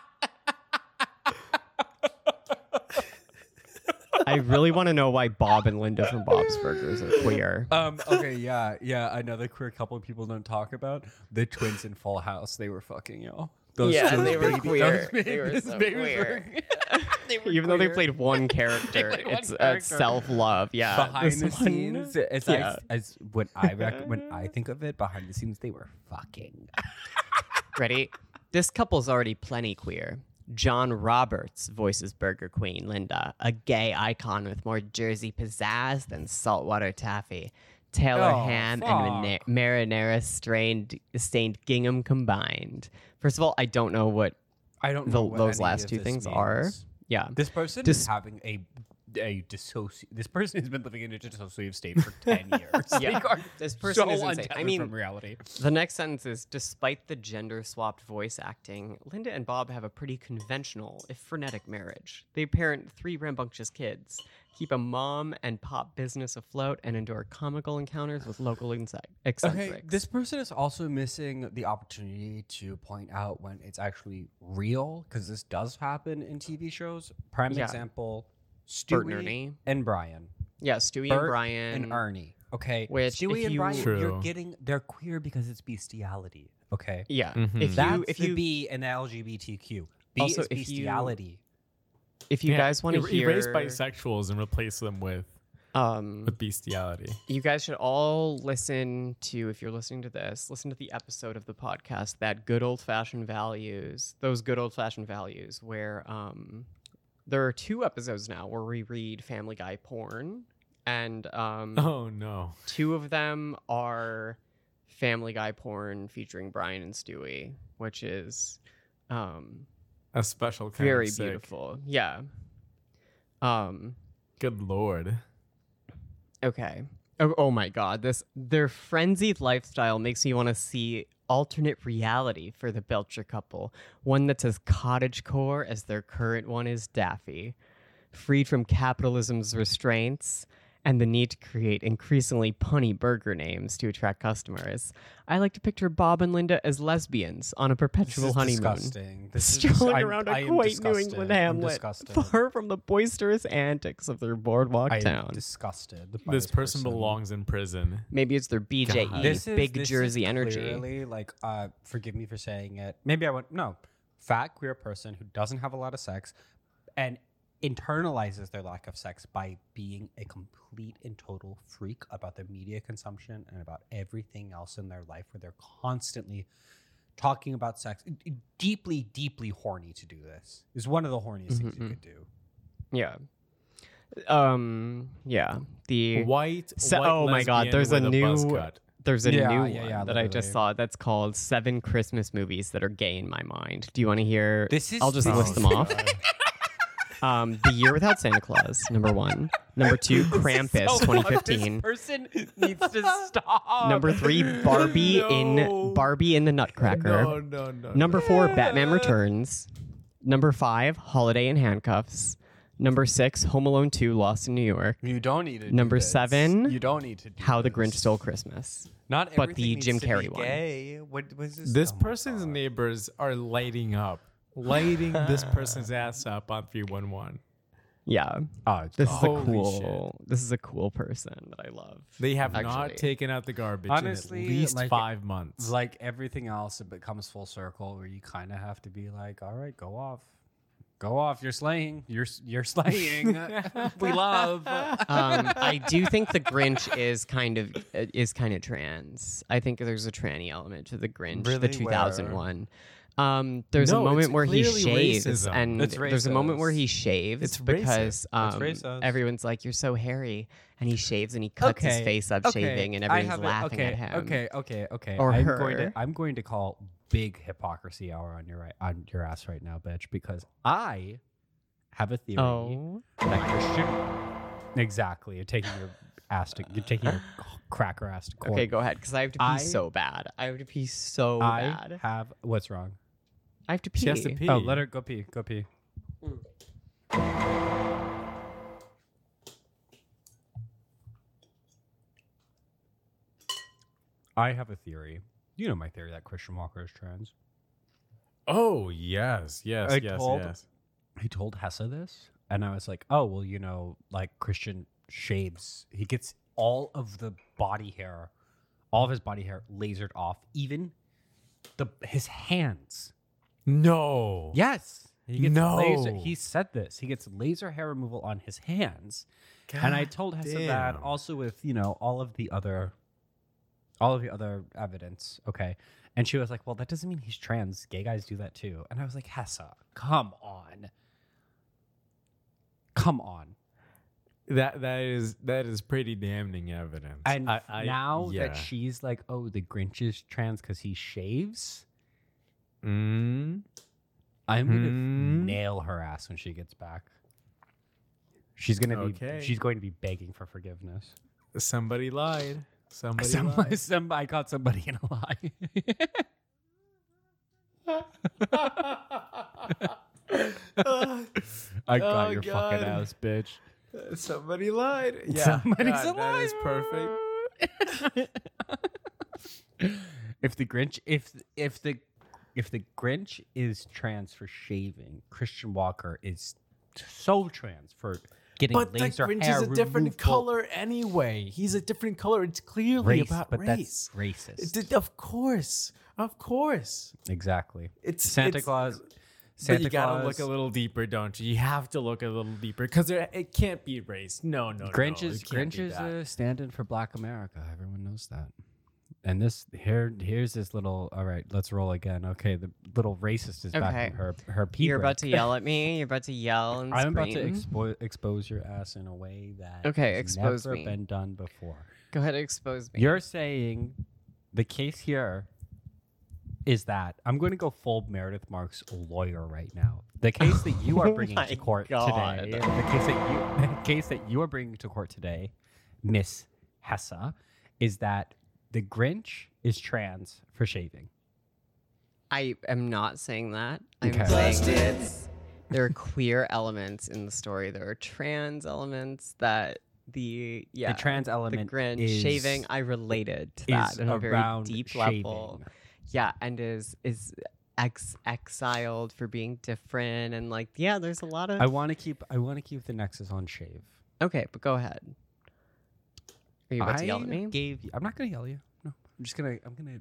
I really want to know why Bob and Linda from Bob's Burgers are queer.
Um. Okay. Yeah. Yeah. Another queer couple people don't talk about the twins in Full House. They were fucking y'all. Those
Yeah,
twins
they were
baby-
queer.
those baby-
They were
those
so
babies
queer.
were-
Even though they played one character,
played one
it's uh,
character.
self love. Yeah,
behind
this
the
one-
scenes, it's
yeah.
like, as when I rec- when I think of it, behind the scenes they were fucking.
Ready? This couple's already plenty queer. John Roberts voices Burger Queen Linda, a gay icon with more Jersey pizzazz than saltwater taffy. Taylor
Oh,
ham and
fuck.
mana- marinara strained, stained gingham combined. First of all, I don't know what
I don't
the,
know what
those
any
last
of
two
this
things are.
means.
Yeah.
This person
Dis-
is having a a dissoci. This person has been living in a dissociative state for ten years.
Yeah.
Like, are
This person
so
is insane. I
untethered
mean,
from reality.
The next sentence is Despite the gender swapped voice acting, Linda and Bob have a pretty conventional, if frenetic, marriage. They parent three rambunctious kids, keep a mom and pop business afloat, and endure comical encounters with local insi- eccentrics.
Okay, this person is also missing the opportunity to point out when it's actually real because this does happen in TV shows. Prime
Yeah.
example:
Bert and
Stewie
Ernie.
and Brian
Yeah, Stewie
Bert
and Brian.
and Ernie. Okay,
Which,
Stewie
if
and
you-
Brian,
True.
you're getting they're queer because it's bestiality. Okay,
Yeah.
Mhm.
If
that's
you if
the
you
B in LGBTQ. B
Also,
is
if you-
bestiality.
if you
Yeah,
guys want to
er-
hear
erase bisexuals and replace them with
um
with bestiality.
You guys should all listen to, if you're listening to this, listen to the episode of the podcast that good old fashioned values, those good old fashioned values, where um, there are two episodes now where we read Family Guy porn, and um,
Oh no.
two of them are Family Guy porn featuring Brian and Stewie, which is um,
A special kind
very
of sick.
beautiful. Yeah. Um,
Good lord.
Okay. Oh, oh my god, this their frenzied lifestyle makes me want to see alternate reality for the Belcher couple, one that's as cottagecore as their current one is daffy, freed from capitalism's restraints and the need to create increasingly punny burger names to attract customers. I like to picture Bob and Linda as lesbians on a perpetual honeymoon.
disgusting. This is dis-
Strolling
I'm-
around
I
a
am
quaint New
disgusted.
England
I'm
hamlet,
disgusted.
far from the boisterous antics of their boardwalk
I am
town.
disgusted. by
This person belongs in prison.
Maybe it's their BJE,
God.
This is-
Uh, big
this is
Jersey energy.
Clearly, like, uh, forgive me for saying it. Maybe I went no fat queer person who doesn't have a lot of sex and internalizes their lack of sex by being a complete and total freak about their media consumption and about everything else in their life, where they're constantly talking about sex. Deeply, deeply horny to do this is one of the horniest things you
Mhm.
could do.
Yeah. Um. Yeah. The
White.
So-
white
oh my God,
lesbian
there's a
with buzz
new-
cut.
there's a
Yeah,
new
yeah,
one
yeah,
that I just
literally.
saw that's called Seven Christmas Movies That Are Gay in My Mind. Do you want to hear?
This is
I'll just
this
list
is
them off.
God.
Um, the Year Without Santa Claus, number one. Number two, Krampus,
So what
2015.
This person needs to stop.
Number three, Barbie
No.
in Barbie in the Nutcracker.
Oh,
No, no, no.
Number four, Batman Returns. Number five, Holiday in Handcuffs. Number six, Home Alone 2, Lost in New York.
You don't need to. do
Number
this.
seven,
You don't need to. Do
How the
this.
Grinch Stole Christmas.
Not
but the
everything needs
Jim
to be
Carrey one.
Gay. What was this?
This
oh my
person's
God.
neighbors are lighting up, lighting this person's ass up on three one one.
Yeah.
Oh,
This is a
Holy
cool this is a cool person that I love.
They have not
Actually.
taken out the garbage in
Honestly,
at least
like-
five months.
like everything else, it becomes full circle where you kind of have to be like, all right, go off, go off. You're slaying. You're you're slaying. we love.
Um, I do think the Grinch is kind of uh, is kind of trans. I think there's a tranny element to the Grinch,
Really?
the
Where?
2001. Um, there's
No,
a
it's
moment where he
clearly
shaves,
racism.
and
It's
there's a moment where
racist.
he shaves
It's
because um,
racist.
everyone's like, "You're so hairy," and he shaves and he cuts his face up shaving, and
I
everyone's
have it.
laughing
okay,
at him.
Okay, okay, okay.
Or
I'm going
her.
to I'm going to call big hypocrisy hour on your right on your ass right now, bitch, because I have a theory
Oh,
that Christian Exactly. You're taking your ass to you're taking your cracker ass to court.
okay, go ahead, because I have to pee
I-
so bad. I have to pee so
I
bad.
have what's wrong?
I have to pee.
she has to pee.
Oh, let her go pee. Go pee. I have a theory. You know my theory that Christian Walker is trans.
Oh yes, yes,
I
yes,
told-
yes.
he told Hessa this, and I was like, oh well, you know, like Christian shaves. He gets all of the body hair, all of his body hair lasered off, even the his hands.
No.
Yes. He gets
No.
laser. He said this. He gets laser hair removal on his hands. and I
God
told Hessa that
damn.
also with, you know, all of the other all of the other evidence. Okay. And she was like, Well, that doesn't mean he's trans. Gay guys do that too. And I was like, Hessa, come on. Come on.
That that is that is pretty damning evidence.
And
I, I,
now
yeah.
that she's like, oh, the Grinch is trans because he shaves,
Mm.
I'm gonna
Hmm.
nail her ass when she gets back. She's gonna
Okay.
be she's going to be begging for forgiveness.
Somebody lied. Somebody.
Somebody,
lied.
some, I caught somebody in a lie. I got
Oh,
your
God.
fucking ass, bitch.
Somebody lied. Yeah.
Somebody's
God,
a
That is perfect.
perfect. if the Grinch, if if the if the Grinch is trans for shaving, Christian Walker is so trans for getting
But the
laser
Grinch
hair
is a different
removal.
color anyway. He's a different color. It's clearly
Race,
about
but
race.
that's racist.
It- oh, of course, of course.
exactly.
It's
Santa
it's-
Claus.
But
Santa
you gotta
Claus.
look a little deeper, don't you? You have to look a little deeper because it can't be race. No, no,
Grinch
no,
is
it can't
Grinch
be
is
that.
a stand-in for Black America. Everyone knows that. And this here here's this little. All right, let's roll again. Okay, the little racist is back
Okay.
from her her pee
You're about to
break.
yell at me. You're about to yell and
I'm about to
scream.
expo- expose your ass in a way that
Okay,
has
expose
never
me.
been done before.
Go ahead, expose me.
You're saying the case here is that I'm going to go full Meredith Marks lawyer right now. The case that you are
Oh
bringing
my
to court
God.
today, the case that you the case that you are bringing to court today, Miss Hessa, is that the Grinch is trans for shaving.
I am not saying that. I'm
Okay.
saying that there are queer elements in the story. There are trans elements that the yeah
the trans
the
element
Grinch
is,
shaving. I related to
is
that on a very
around
deep
shaving.
level. Yeah, and is is ex exiled for being different and like yeah. There's a lot of
I want to keep I want to keep the nexus on shave.
okay, but go ahead. Are you about to yell at
I
me?
Gave you, I'm not gonna yell at you. No, I'm just gonna I'm gonna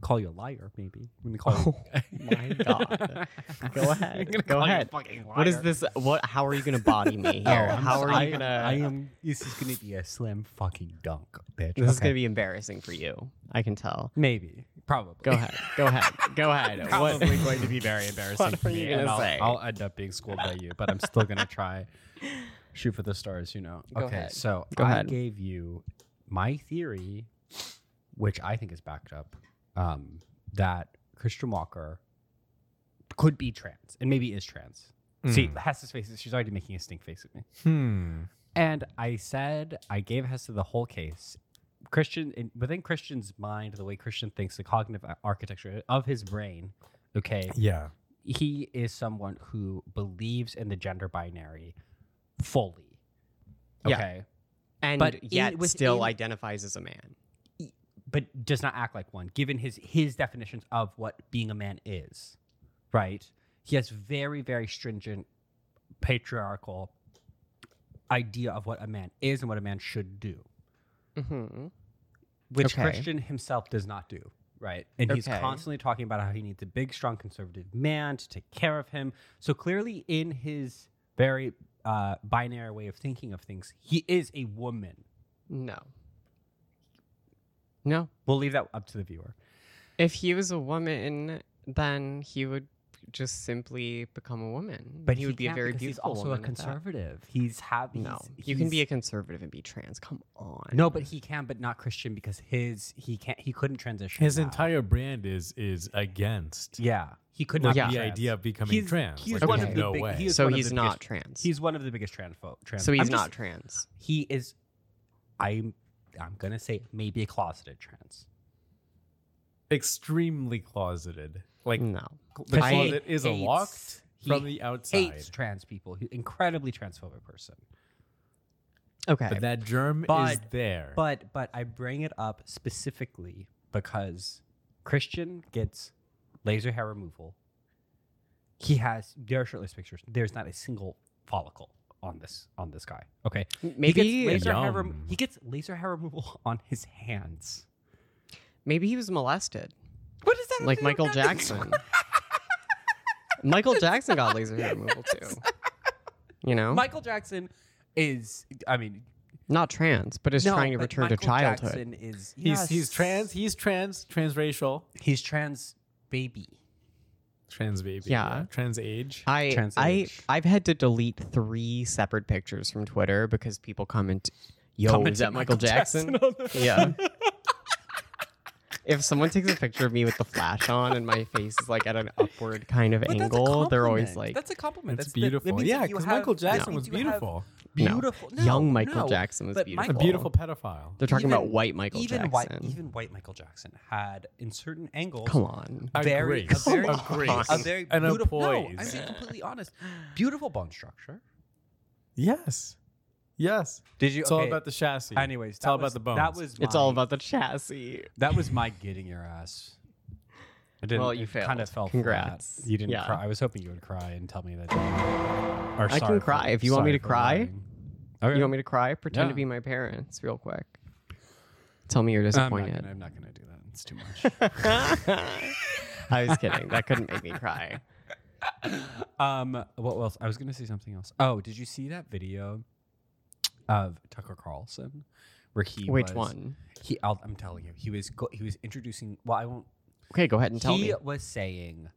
call you a liar. Maybe I'm gonna call you.
Oh my God. Go ahead,
I'm gonna
go
call you a
ahead.
fucking
What is
liar.
this? What? How are you gonna body me here?
No, Oh, I'm
how
just-
are
I,
you gonna?
I am. This is gonna be a slim fucking dunk, bitch.
This is
Okay.
gonna be embarrassing for you. I can tell.
maybe probably.
Go ahead. Go ahead. Go ahead. What-
Probably going to be very embarrassing
What
for
are you
me,
gonna
and I'll,
say?
I'll end up being schooled by you, but I'm still gonna try shoot for the stars, you know.
Go
okay,
ahead.
so
Go
I
ahead.
gave you my theory, which I think is backed up, um, that Christian Walker could be trans and maybe is trans. See,
Hmm.
Hessa's face is she's already making a stink face at me.
Hmm.
And I said I gave Hessa the whole case. Christian in, within Christian's mind, the way Christian thinks, the cognitive a- architecture of his brain, okay,
Yeah.
he is someone who believes in the gender binary fully.
Yeah.
Okay.
and
But in-
yet still
within-
identifies as a man.
But does not act like one, given his his definitions of what being a man is. Right? He has very, very stringent patriarchal idea of what a man is and what a man should do. Mm-hmm.
hmm
which
Okay.
Christian himself does not do. Right. And he's
Okay.
constantly talking about how he needs a big, strong, conservative man to take care of him. So clearly, in his very uh, binary way of thinking of things, he is a woman.
No. No.
We'll leave that up to the viewer.
If he was a woman, then he would just simply become a woman.
But
he, would be a
can't
very
because
beautiful
He's also
woman.
a
at that.
conservative. He's happy.
No, you can be a conservative and be trans. Come on.
no, but he can, but not Christian because his he can't. He couldn't transition.
His
now.
entire brand is is against
yeah. He could
like,
not.
yeah.
be
the
trans.
idea of becoming
He's-
trans.
he's
like,
one
there's
of
the
no
big-
way.
he is-
so
one of
he's
the
not
biggest-
trans.
He's one of the biggest transphobe. Trans-
so he's
I'm
not
just-
trans.
he is i'm i'm gonna say maybe a closeted trans
extremely closeted. Like
No.
the
I
closet is a
hates-
locked
he
from the outside.
hates trans people He's an incredibly transphobic person
Okay.
But that germ is
But-
there.
but but i bring it up specifically because christian gets laser hair removal he has there are shirtless pictures there's not a single follicle on this on this guy okay he
maybe
gets laser hair rem-
Yum.
he gets laser hair removal on his hands
maybe he was molested.
what is that have
like
to do with
Michael
nothing?
Jackson. Michael Jackson got laser hair removal too. You know,
michael jackson is i mean
not trans, but is
No,
trying to
but
return to
Michael
childhood.
Jackson is
he's he's trans. He's trans. Transracial.
He's trans baby.
Trans baby.
Yeah.
Trans age.
I
Trans
I
age.
I've had to delete three separate pictures from Twitter because people comment, "Yo, is
Commented
that Michael
Michael
Jackson?"
Jackson on
yeah. if someone takes a picture of me with the flash on and my face is like at an upward kind of
But that's a
angle, they're always
compliment.
like
that's a compliment.
That's
That's the- that
beautiful.
means that
yeah,
you
because
have-
Michael
that
Jackson
means
was
you have
beautiful.
No.
Beautiful. No,
young Michael
no.
Jackson was
but
A
beautiful.
Michael-
beautiful pedophile.
They're talking
Even-
about white Michael
even
Jackson.
white, even white Michael Jackson had in certain angles
Come on.
A
very,
grace.
a very,
Come on.
a very
An
beautiful. No, I'm
poise.
being completely honest. Beautiful bone structure.
Yes. Yes.
Did you?
It's all about the chassis.
Anyways,
it's all
that
about
was-
the bones.
That was
It's all
my-
about the chassis.
That was my getting your ass. I didn't.
Well, you
it Kind
failed.
of fell. flat.
Congrats.
You didn't
Yeah.
cry. I was hoping you would cry and tell me that. You or
I can
sorry for-
cry if you want me
sorry
to
for
cry.
lying. Okay.
You want me to cry? Pretend to
Yeah.
be my parents, real quick. Tell me you're
I'm not,
disappointed.
gonna, I'm not gonna do that. It's too much.
I was kidding. That couldn't make me cry.
um, what else? I was gonna say something else. Oh, did you see that video of Tucker Carlson where he?
Which
was-
one?
He. I'll, I'm telling you, he was. Go, he was introducing. Well, I won't.
Okay, go ahead and tell
he
me.
was saying,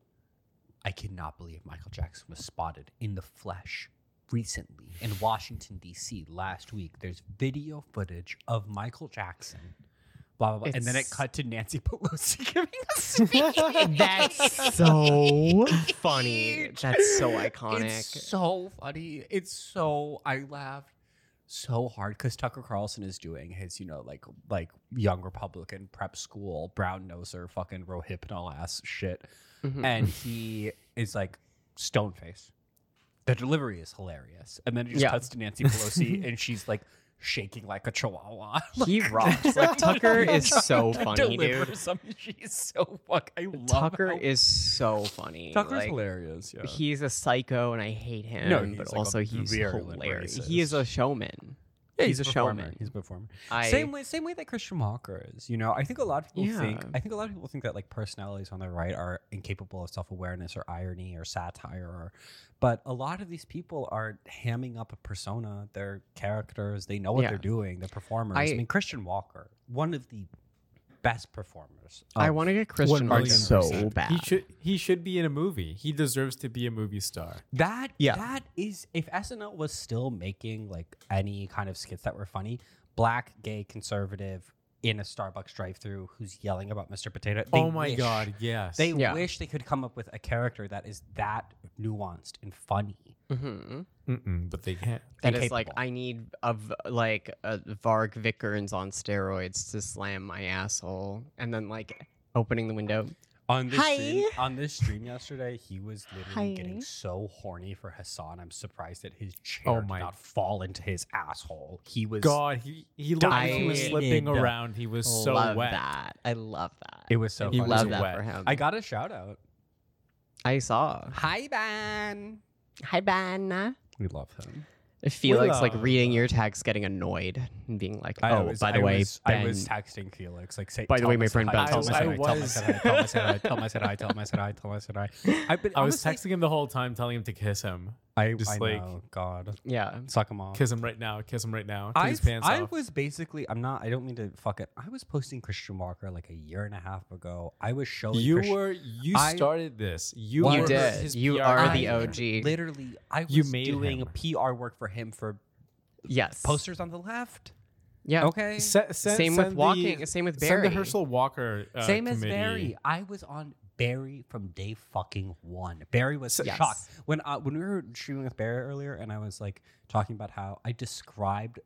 I cannot believe Michael Jackson was spotted in the flesh recently in Washington, D.C. last week. There's video footage of Michael Jackson. Blah, blah, blah. And then it
It's-
cut to Nancy Pelosi giving a speech.
That's so funny. That's so iconic.
It's so funny. It's so I laughed so hard because Tucker Carlson is doing his, you know, like like young Republican prep school brown noser fucking rohypnol ass shit,
Mhm.
and he is like stone face. The delivery is hilarious, and then it just
Yeah.
cuts to Nancy Pelosi, and she's like shaking like a chihuahua.
He rocks. Like Tucker is so funny,
Deliver
dude.
something. She's so fuck. I love
Tucker
how-
is so funny.
Tucker's
Like,
hilarious. Yeah.
He's a psycho, and I hate him.
No, he's
but
like a
also he's
virulent
hilarious.
racist.
He is a showman.
Yeah,
he's, a
performer.
showman.
He's a performer.
I,
same way, same way that Christian Walker is. You know, I think a lot of people think.
Yeah.
I think a lot of people think that like personalities on the right are incapable of self awareness or irony or satire, or, but a lot of these people are hamming up a persona. They're characters. They know what
Yeah.
they're doing. They're performers. I,
I-
mean, Christian Walker, one of the best performers.
I
of-
want to get Christian
Oh, million
Rock so
percent.
bad.
He should he should be in a movie. He deserves to be a movie star.
That
Yeah.
that is if SNL was still making like any kind of skits that were funny, black gay conservative in a Starbucks drive-through who's yelling about Mr. Potato. they
oh my
wish-
god, yes.
They
Yeah.
wish they could come up with a character that is that nuanced and funny.
Mhm.
Mm-mm, but they can't.
That
and
is like
capable.
I need a v- like a Varg Vikernes on steroids to slam my asshole, and then like opening the window.
On this
Hi.
stream, on this stream yesterday, he was literally
Hi.
getting so horny for Hassan. I'm surprised that his chair
Oh my-
did not fall into his asshole. He was
God, he he looked like he was slipping
Dilated.
around. He was so
love
wet.
that. I love that.
It was so
I
He
funny.
was
love that
wet.
for him.
I got a shout out.
I saw.
Hi Ban.
Hi Ben.
We love him.
Felix like
love
reading your text, getting annoyed and being like,
I
"Oh,
was-
by the
I
way,
was,
Ben."
I was texting Felix like, say,
By the
tell
way,
him
my
I said
friend
hi,
Ben
tell him I said
I
hi, tell him I
was-
said hi, tell him I said hi, tell him I said hi, tell him I said hi, tell him I said hi. I've been,
I was
honestly,
texting him the whole time, telling him to kiss him.
I,
just
I
like-
know, God,
yeah."
suck him off.
Kiss him right now. Kiss him right now. Take
I,
his pants
I
off.
was basically, I'm not, I don't mean to fuck it. I was posting Christian Walker like a year and a half ago. I was showing
you
Christian,
were you
I-
started this. You
You
were
did.
his
You
PR
are
manager.
the
I
OG.
Literally, I was
You made
doing
him.
PR work for him for
Yes.
posters on the left.
Yeah.
Okay.
Se- se-
Same
send
with
the-
walking. same with
Send
Barry.
the Herschel Walker. Uh,
Same as
committee.
Barry. I was on Barry from day fucking one. Barry was
Yes.
shocked when uh, when we were streaming with Barry earlier, and I was like talking about how I described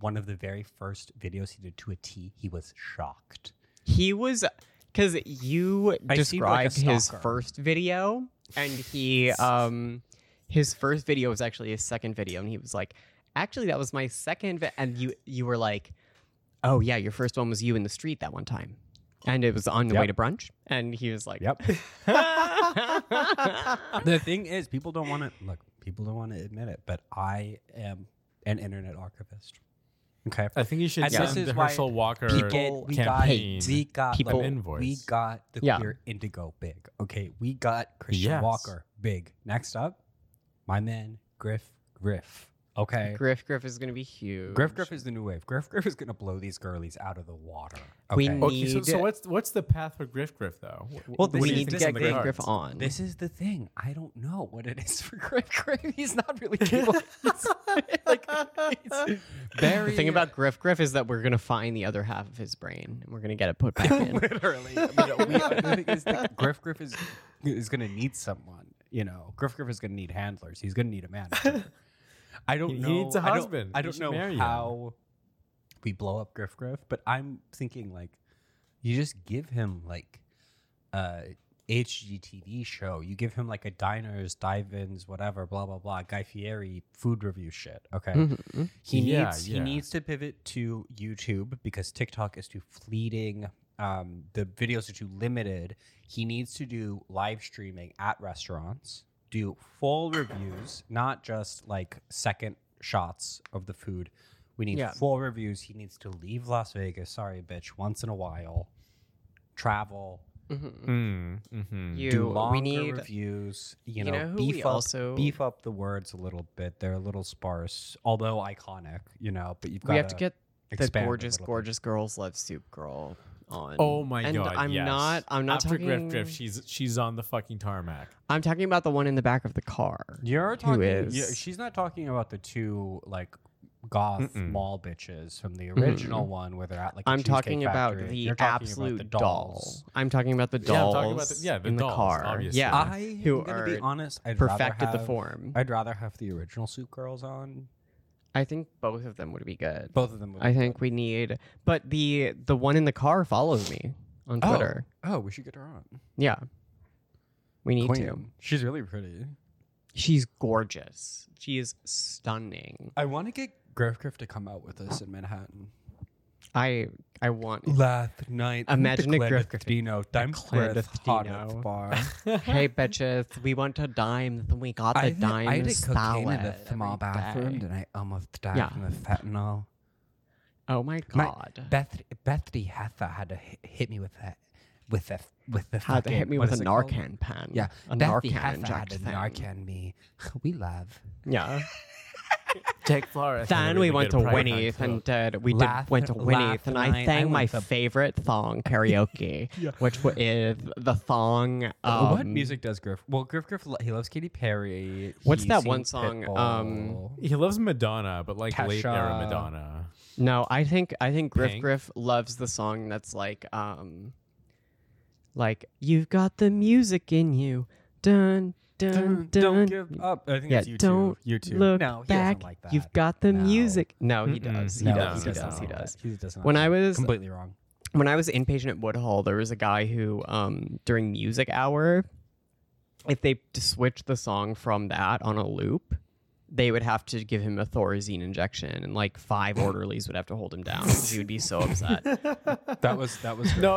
one of the very first videos he did to a T. He was shocked.
He was because you
I seemed like a
described his
stalker.
first video, and he um his first video was actually his second video, and he was like, actually that was my second, vi-, and you you were like, oh yeah, your first one was you in the street that one time, and it was on the way to
Yep.
brunch, and he was like,
the thing is, people don't want to look. People don't want to admit it, but I am an internet archivist. Okay.
I think you should
And
send
this
the
is why
Herschel Walker
We did- we got-
campaign.
we got
People-
like,
Invoice.
we got the
Yeah.
queer indigo big. Okay, we got Christian
Yes.
Walker big. Next up, my man Griff Griff. Okay,
Griff Griff is gonna be huge.
Griff Griff is the new wave. Griff Griff is gonna blow these girlies out of the water.
We
Okay,
need-
Okay, so, so
Need-
what's what's the path for Griff Griff though? Wh-
Well,
wh-
we
what
this
do you
need
is-
to
think's
get
in the
Griff
cards?
Griff on.
this is the thing. I don't know what it is for Griff Griff. He's not really capable. like
The
Barry.
thing about Griff Griff is that we're gonna find the other half of his brain and we're gonna get it put back in.
literally, you know, we- the thing is that Griff Griff is is gonna need someone. You know, Griff Griff is gonna need handlers. He's gonna need a manager. I don't
He- he
know.
needs a
I don't-
husband.
I
You
don't,
should marry
know
him.
how we blow up Griff Griff, but I'm thinking like you just give him like a HGTV show. You give him like a diners, dive-ins, whatever, blah blah blah. Guy Fieri food review shit. Okay.
Mm-hmm,
Mhm.
He
Yeah,
needs he
yeah.
needs to
pivot to YouTube because TikTok is too fleeting.
um, the videos are too limited. He needs to do live streaming at restaurants, do full reviews, not just like second shots of the food. We need
Yeah.
full reviews. He needs to leave Las Vegas, sorry, bitch, once in a while, travel,
Mhm.
Mm, mhm.
do
You, we
longer
need.
reviews, you
You
know,
know, who
beef
we
up,
also
beef up the words a little bit. They're a little sparse, although iconic, you know, but you've got
we have to get the
expand a
gorgeous,
little bit.
gorgeous girls love soup girl on.
Oh my
and
god!
I'm
yes.
not. I'm not
After
talking.
Griff Griff, she's she's on the fucking tarmac.
I'm talking about the one in the back of the car.
You're
who
talking.
is-
yeah, she's not talking about the two like goth
Mm-mm.
mall bitches from the original one where they're at like. a
I'm
cheesecake
talking about
factory.
the
You're talking about
absolute
the
doll. I'm talking about the
Yeah, I'm
dolls.
talking about the- yeah, the
in
dolls,
the car.
obviously.
Yeah,
I
who
am gonna be
are
honest. I'd rather
perfected the
have-
form. I,
I'd rather have the original Soup Girls on.
think both of them would be good.
Both of them. Would
I
be
think we need, but the the one in the car follows me on
good. Oh,
Twitter.
Oh, we should get her on.
Yeah, we need to.
Queen. She's really pretty.
She's gorgeous. She is stunning.
I want to get Griff Griff to come out with us in Manhattan.
I I want.
Last night,
Imagine a Griff Griff-
Griffino,
clandestino.
bar.
hey bitches, we want a dime. We got the
I did,
dime.
I did cocaine in the
salad
small
every
bathroom,
day.
and I almost died
Yeah.
from the fentanyl.
Oh my
My-
god.
Beth Bethany Hatha had to hi- hit me with that, with the with the
Had to hit
fucking-
me
what
with a
is it called?
Narcan pen.
Yeah,
a Narcan
Bethany Hatha had to
injection.
Narcan me. We love.
Yeah.
Jake Flora.
Then we went to Winnie's and did we did
Laugh-
went to
laugh
Winnie's and I
tonight, I
sang my
went to-
favorite song karaoke, which wa- is the song. Um,
what music does Griff? Well, Griff Griff lo- he loves Katy Perry.
What's
he
that one
sings
song,
Pitbull.
um,
He loves Madonna, but like late era
Kesha.
Madonna.
No, I think I think Griff
Pink?
Griff loves the song that's like um, like you've got the music in you, dun dun
Don't-
dun.
don't give up. I think
Yeah,
it's YouTube.
don't
YouTube.
Look
no, he
back.
doesn't like that.
You've got the
No.
music. No, he
Mm-mm.
does. He
No,
does.
he
he does.
doesn't
He
like
does.
He does not.
When
like
I
that.
was
completely wrong.
when I was inpatient at Woodhull, there was a guy who, um, during music hour, if they to switch the song from that on a loop, they would have to give him a Thorazine injection, and like five orderlies would have to hold him down. 'cause He would be so upset.
That was that was
No,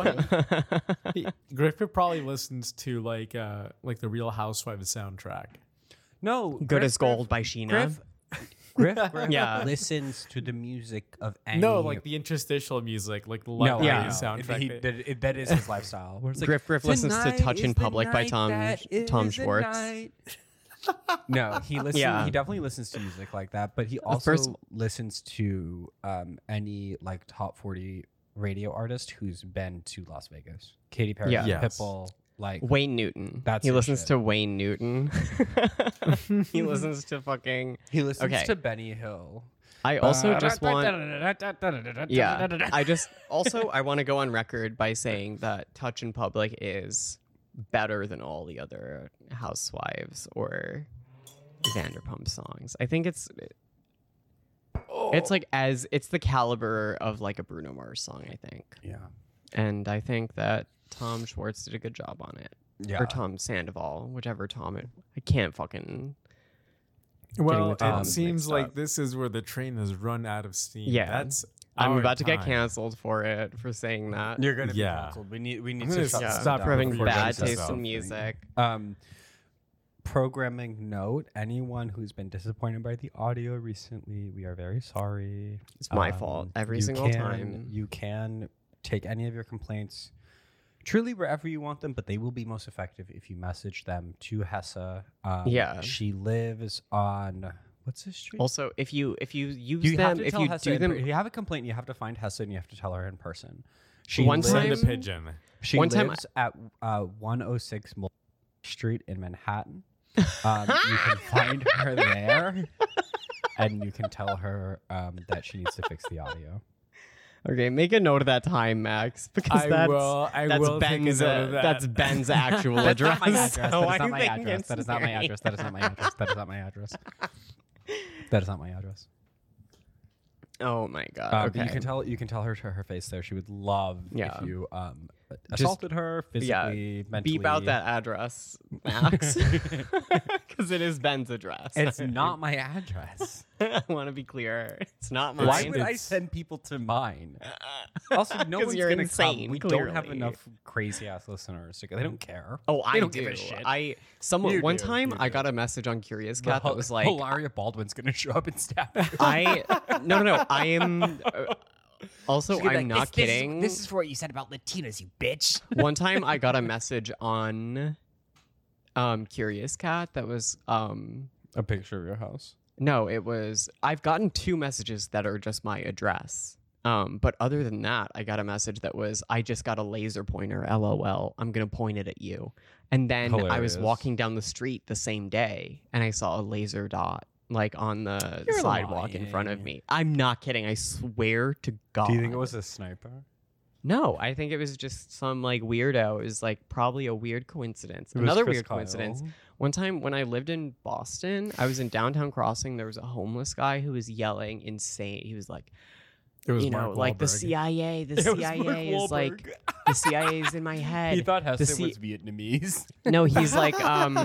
he- Griff Griff probably listens to like uh like the Real Housewives soundtrack.
no.
Good as gold by Sheena.
Griff, Griff, Griff
Yeah.
listens to the music of any.
No, like the interstitial music, like the
no,
Love
I
yeah.
know.
Parade soundtrack.
He-
that-
that, it- that is his lifestyle. Where it's like,
Griff Griff listens to
"Tonight
Touch in
is the
Public by
night
Tom-
that is
Tom
the
Schwartz."
night." no, he listens.
Yeah.
He definitely listens to music like that, but he also
first-
listens to um, any like top forty radio artist who's been to Las Vegas. Katy Perry,
Yeah.
Yes.
Pitbull, like
Wayne Newton.
That's
he
his
listens
shit.
to Wayne Newton. he listens to fucking.
he listens
Okay.
to Benny Hill. Uh,
I also just want. yeah i just also i want to go on record by saying that touch in public is better than all the other housewives or vanderpump songs i think it's it's like as it's the caliber of like a bruno mars song i think
Yeah.
and i think that tom schwartz did a good job on it
Yeah.
or tom sandoval whichever tom it, i can't fucking
well,
the
it
times
seems
mixed
like
up.
this is where the train has run out of steam.
uh, Yeah.
that's.
i'm
our
about to get
time.
canceled for it for saying that
You're gonna
be Yeah.
be canceled. We need we need
gonna
to shut
Yeah,
this
stop
down
having
having
before
bad
James says
taste in
something.
music
Um, programming note: Anyone who's been disappointed by the audio recently, we are very sorry.
It's my
Um,
fault every
you
single
can-
time.
You can take any of your complaints truly wherever you want them, but they will be most effective if you message them to Hessa. Um,
Yeah.
she lives on what's this street?
also, if you if you use
you have
them,
to
if
tell
you
Hessa
do
in per-
them,
if you have a complaint, you have to find Hessa and you have to tell her in person. She
One
lives,
time-
Send a pigeon.
She
One time I-
lives at uh, 106 Mul- Street in Manhattan. Um, you can find her there. and you can tell her um, that she needs to fix the audio.
Okay, make a note of that time, Max, because
I
that's
will. I
that's
will take a
Ben's.
note
uh,
of that.
That's Ben's actual
That's
address.
not my address. That is
so I
not
don't
my
think
address.
it's
That is not my
mine.
address. That is not my address. That is not my address. That is not my address.
Oh my god.
Um, but
okay.
You can tell you can tell her to her face there. She would love
Yeah.
if you um, assaulted her
yeah,
physically, mentally.
Beep out that address, Max, because it is Ben's address.
It's not my address.
I want to be clear. It's not mine.
Why would I
It's-
send people to mine? Also, no
'Cause
one's
you're
gonna
insane,
come. We don't have
clearly.
enough crazy ass listeners. To go. They don't care.
Oh, I
don't
do.
give a shit.
I someone
You
one
do,
time
you
I
do.
got a message on Curious
The
Cat
Hil-
that was like,
Hilaria Baldwin's gonna show up and stab. you.
I no no no. I am. uh, also, I'm not kidding.
This is, what you said about Latinas, you bitch.
one time I got a message on um Curious Cat that was um
A picture of your house.
no, it was I've gotten two messages that are just my address. Um but other than that, I got a message that was I just got a laser pointer lol. I'm going to point it at you. And then I was
Hilarious.
walking down the street the same day and I saw a laser dot like on the
You're
sidewalk in front of
lying.
me. I'm not kidding. I swear to God.
Do you think it was a sniper?
No, I think it was just some like weirdo. It was like probably a weird coincidence.
It was
Another
Chris
weird
Kyle.
coincidence. One time when I lived in Boston, I was in downtown crossing. There was a homeless guy who was yelling insane. He was like,
It was
you know,
Mark
like the
Wahlberg.
CIA, the
It was Mark
CIA is like
Wahlberg.
the CIA is in my head.
He thought Hesse
C-
was Vietnamese.
No, he's like, um,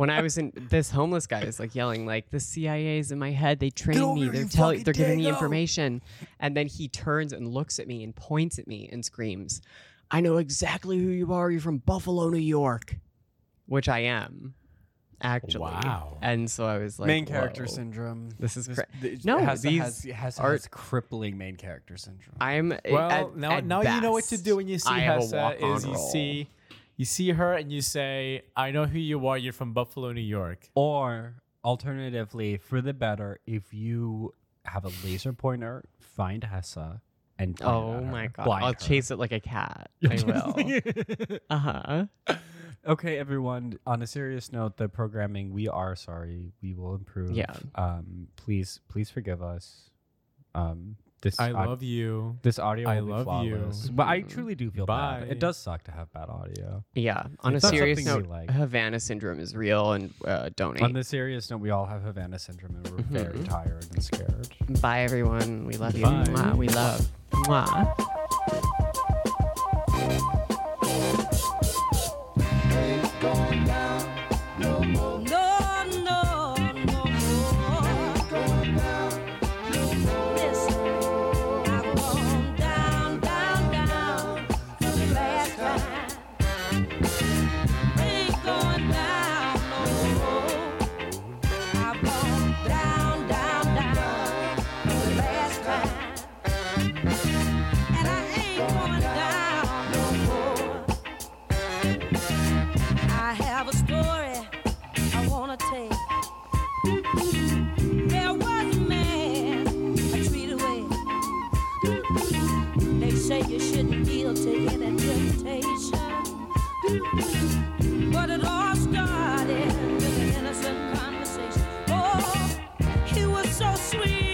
when I was in this homeless guy is like yelling, like the CIA's in my head. They train
over
me.
here,
They're
you
telling.
fucking
They're giving me
dingo."
information, and then he turns and looks at me and points at me and screams, "I know exactly who you are. You're from Buffalo, New York," which I am, actually.
Wow.
And so I was like,
main character
whoa.
syndrome.
This is cra-
th-
No,
Hesse
these
has, Hesse
are-
has crippling main character syndrome.
I'm
Well,
at-
now,
at
now you know what to
best,
do when you see
I
her.
have a
Hessa.
walk-on
is you
role.
see, you see her and you say, "I know who you are. You're from Buffalo, New York."
Or alternatively, for the better, if you have a laser pointer, find Hessa and point it
Oh
at her.
uh,
my god!
Blind
I'll
her.
chase it like a cat. I will. uh huh.
okay, everyone. On a serious note, the programming we are sorry. We will improve.
Yeah.
Um. Please, please forgive us. Um. This
I
au-
love you.
this audio.
I
will be
love you.
flawless. But
Mm.
I truly do feel bad.
Bye.
It does suck to have bad audio.
Yeah. On a
It's not
serious
something
note,
we like.
Havana syndrome is real, and uh, donate.
On the serious note, we all have Havana syndrome, and we're
Mm-hmm.
very tired and scared.
Bye, everyone. We love you.
Bye.
Mwah. We love. Mwah.
No, no, no more. Listen, I've gone down, down, down for the last time. Ain't going down no more. I've gone down, down, down for the last time, and I ain't going down no more. I have a story. I wanna tell. There was a man I treated well. They say you shouldn't yield to any temptation, but it all started with an innocent conversation. Oh, he was so sweet. oh,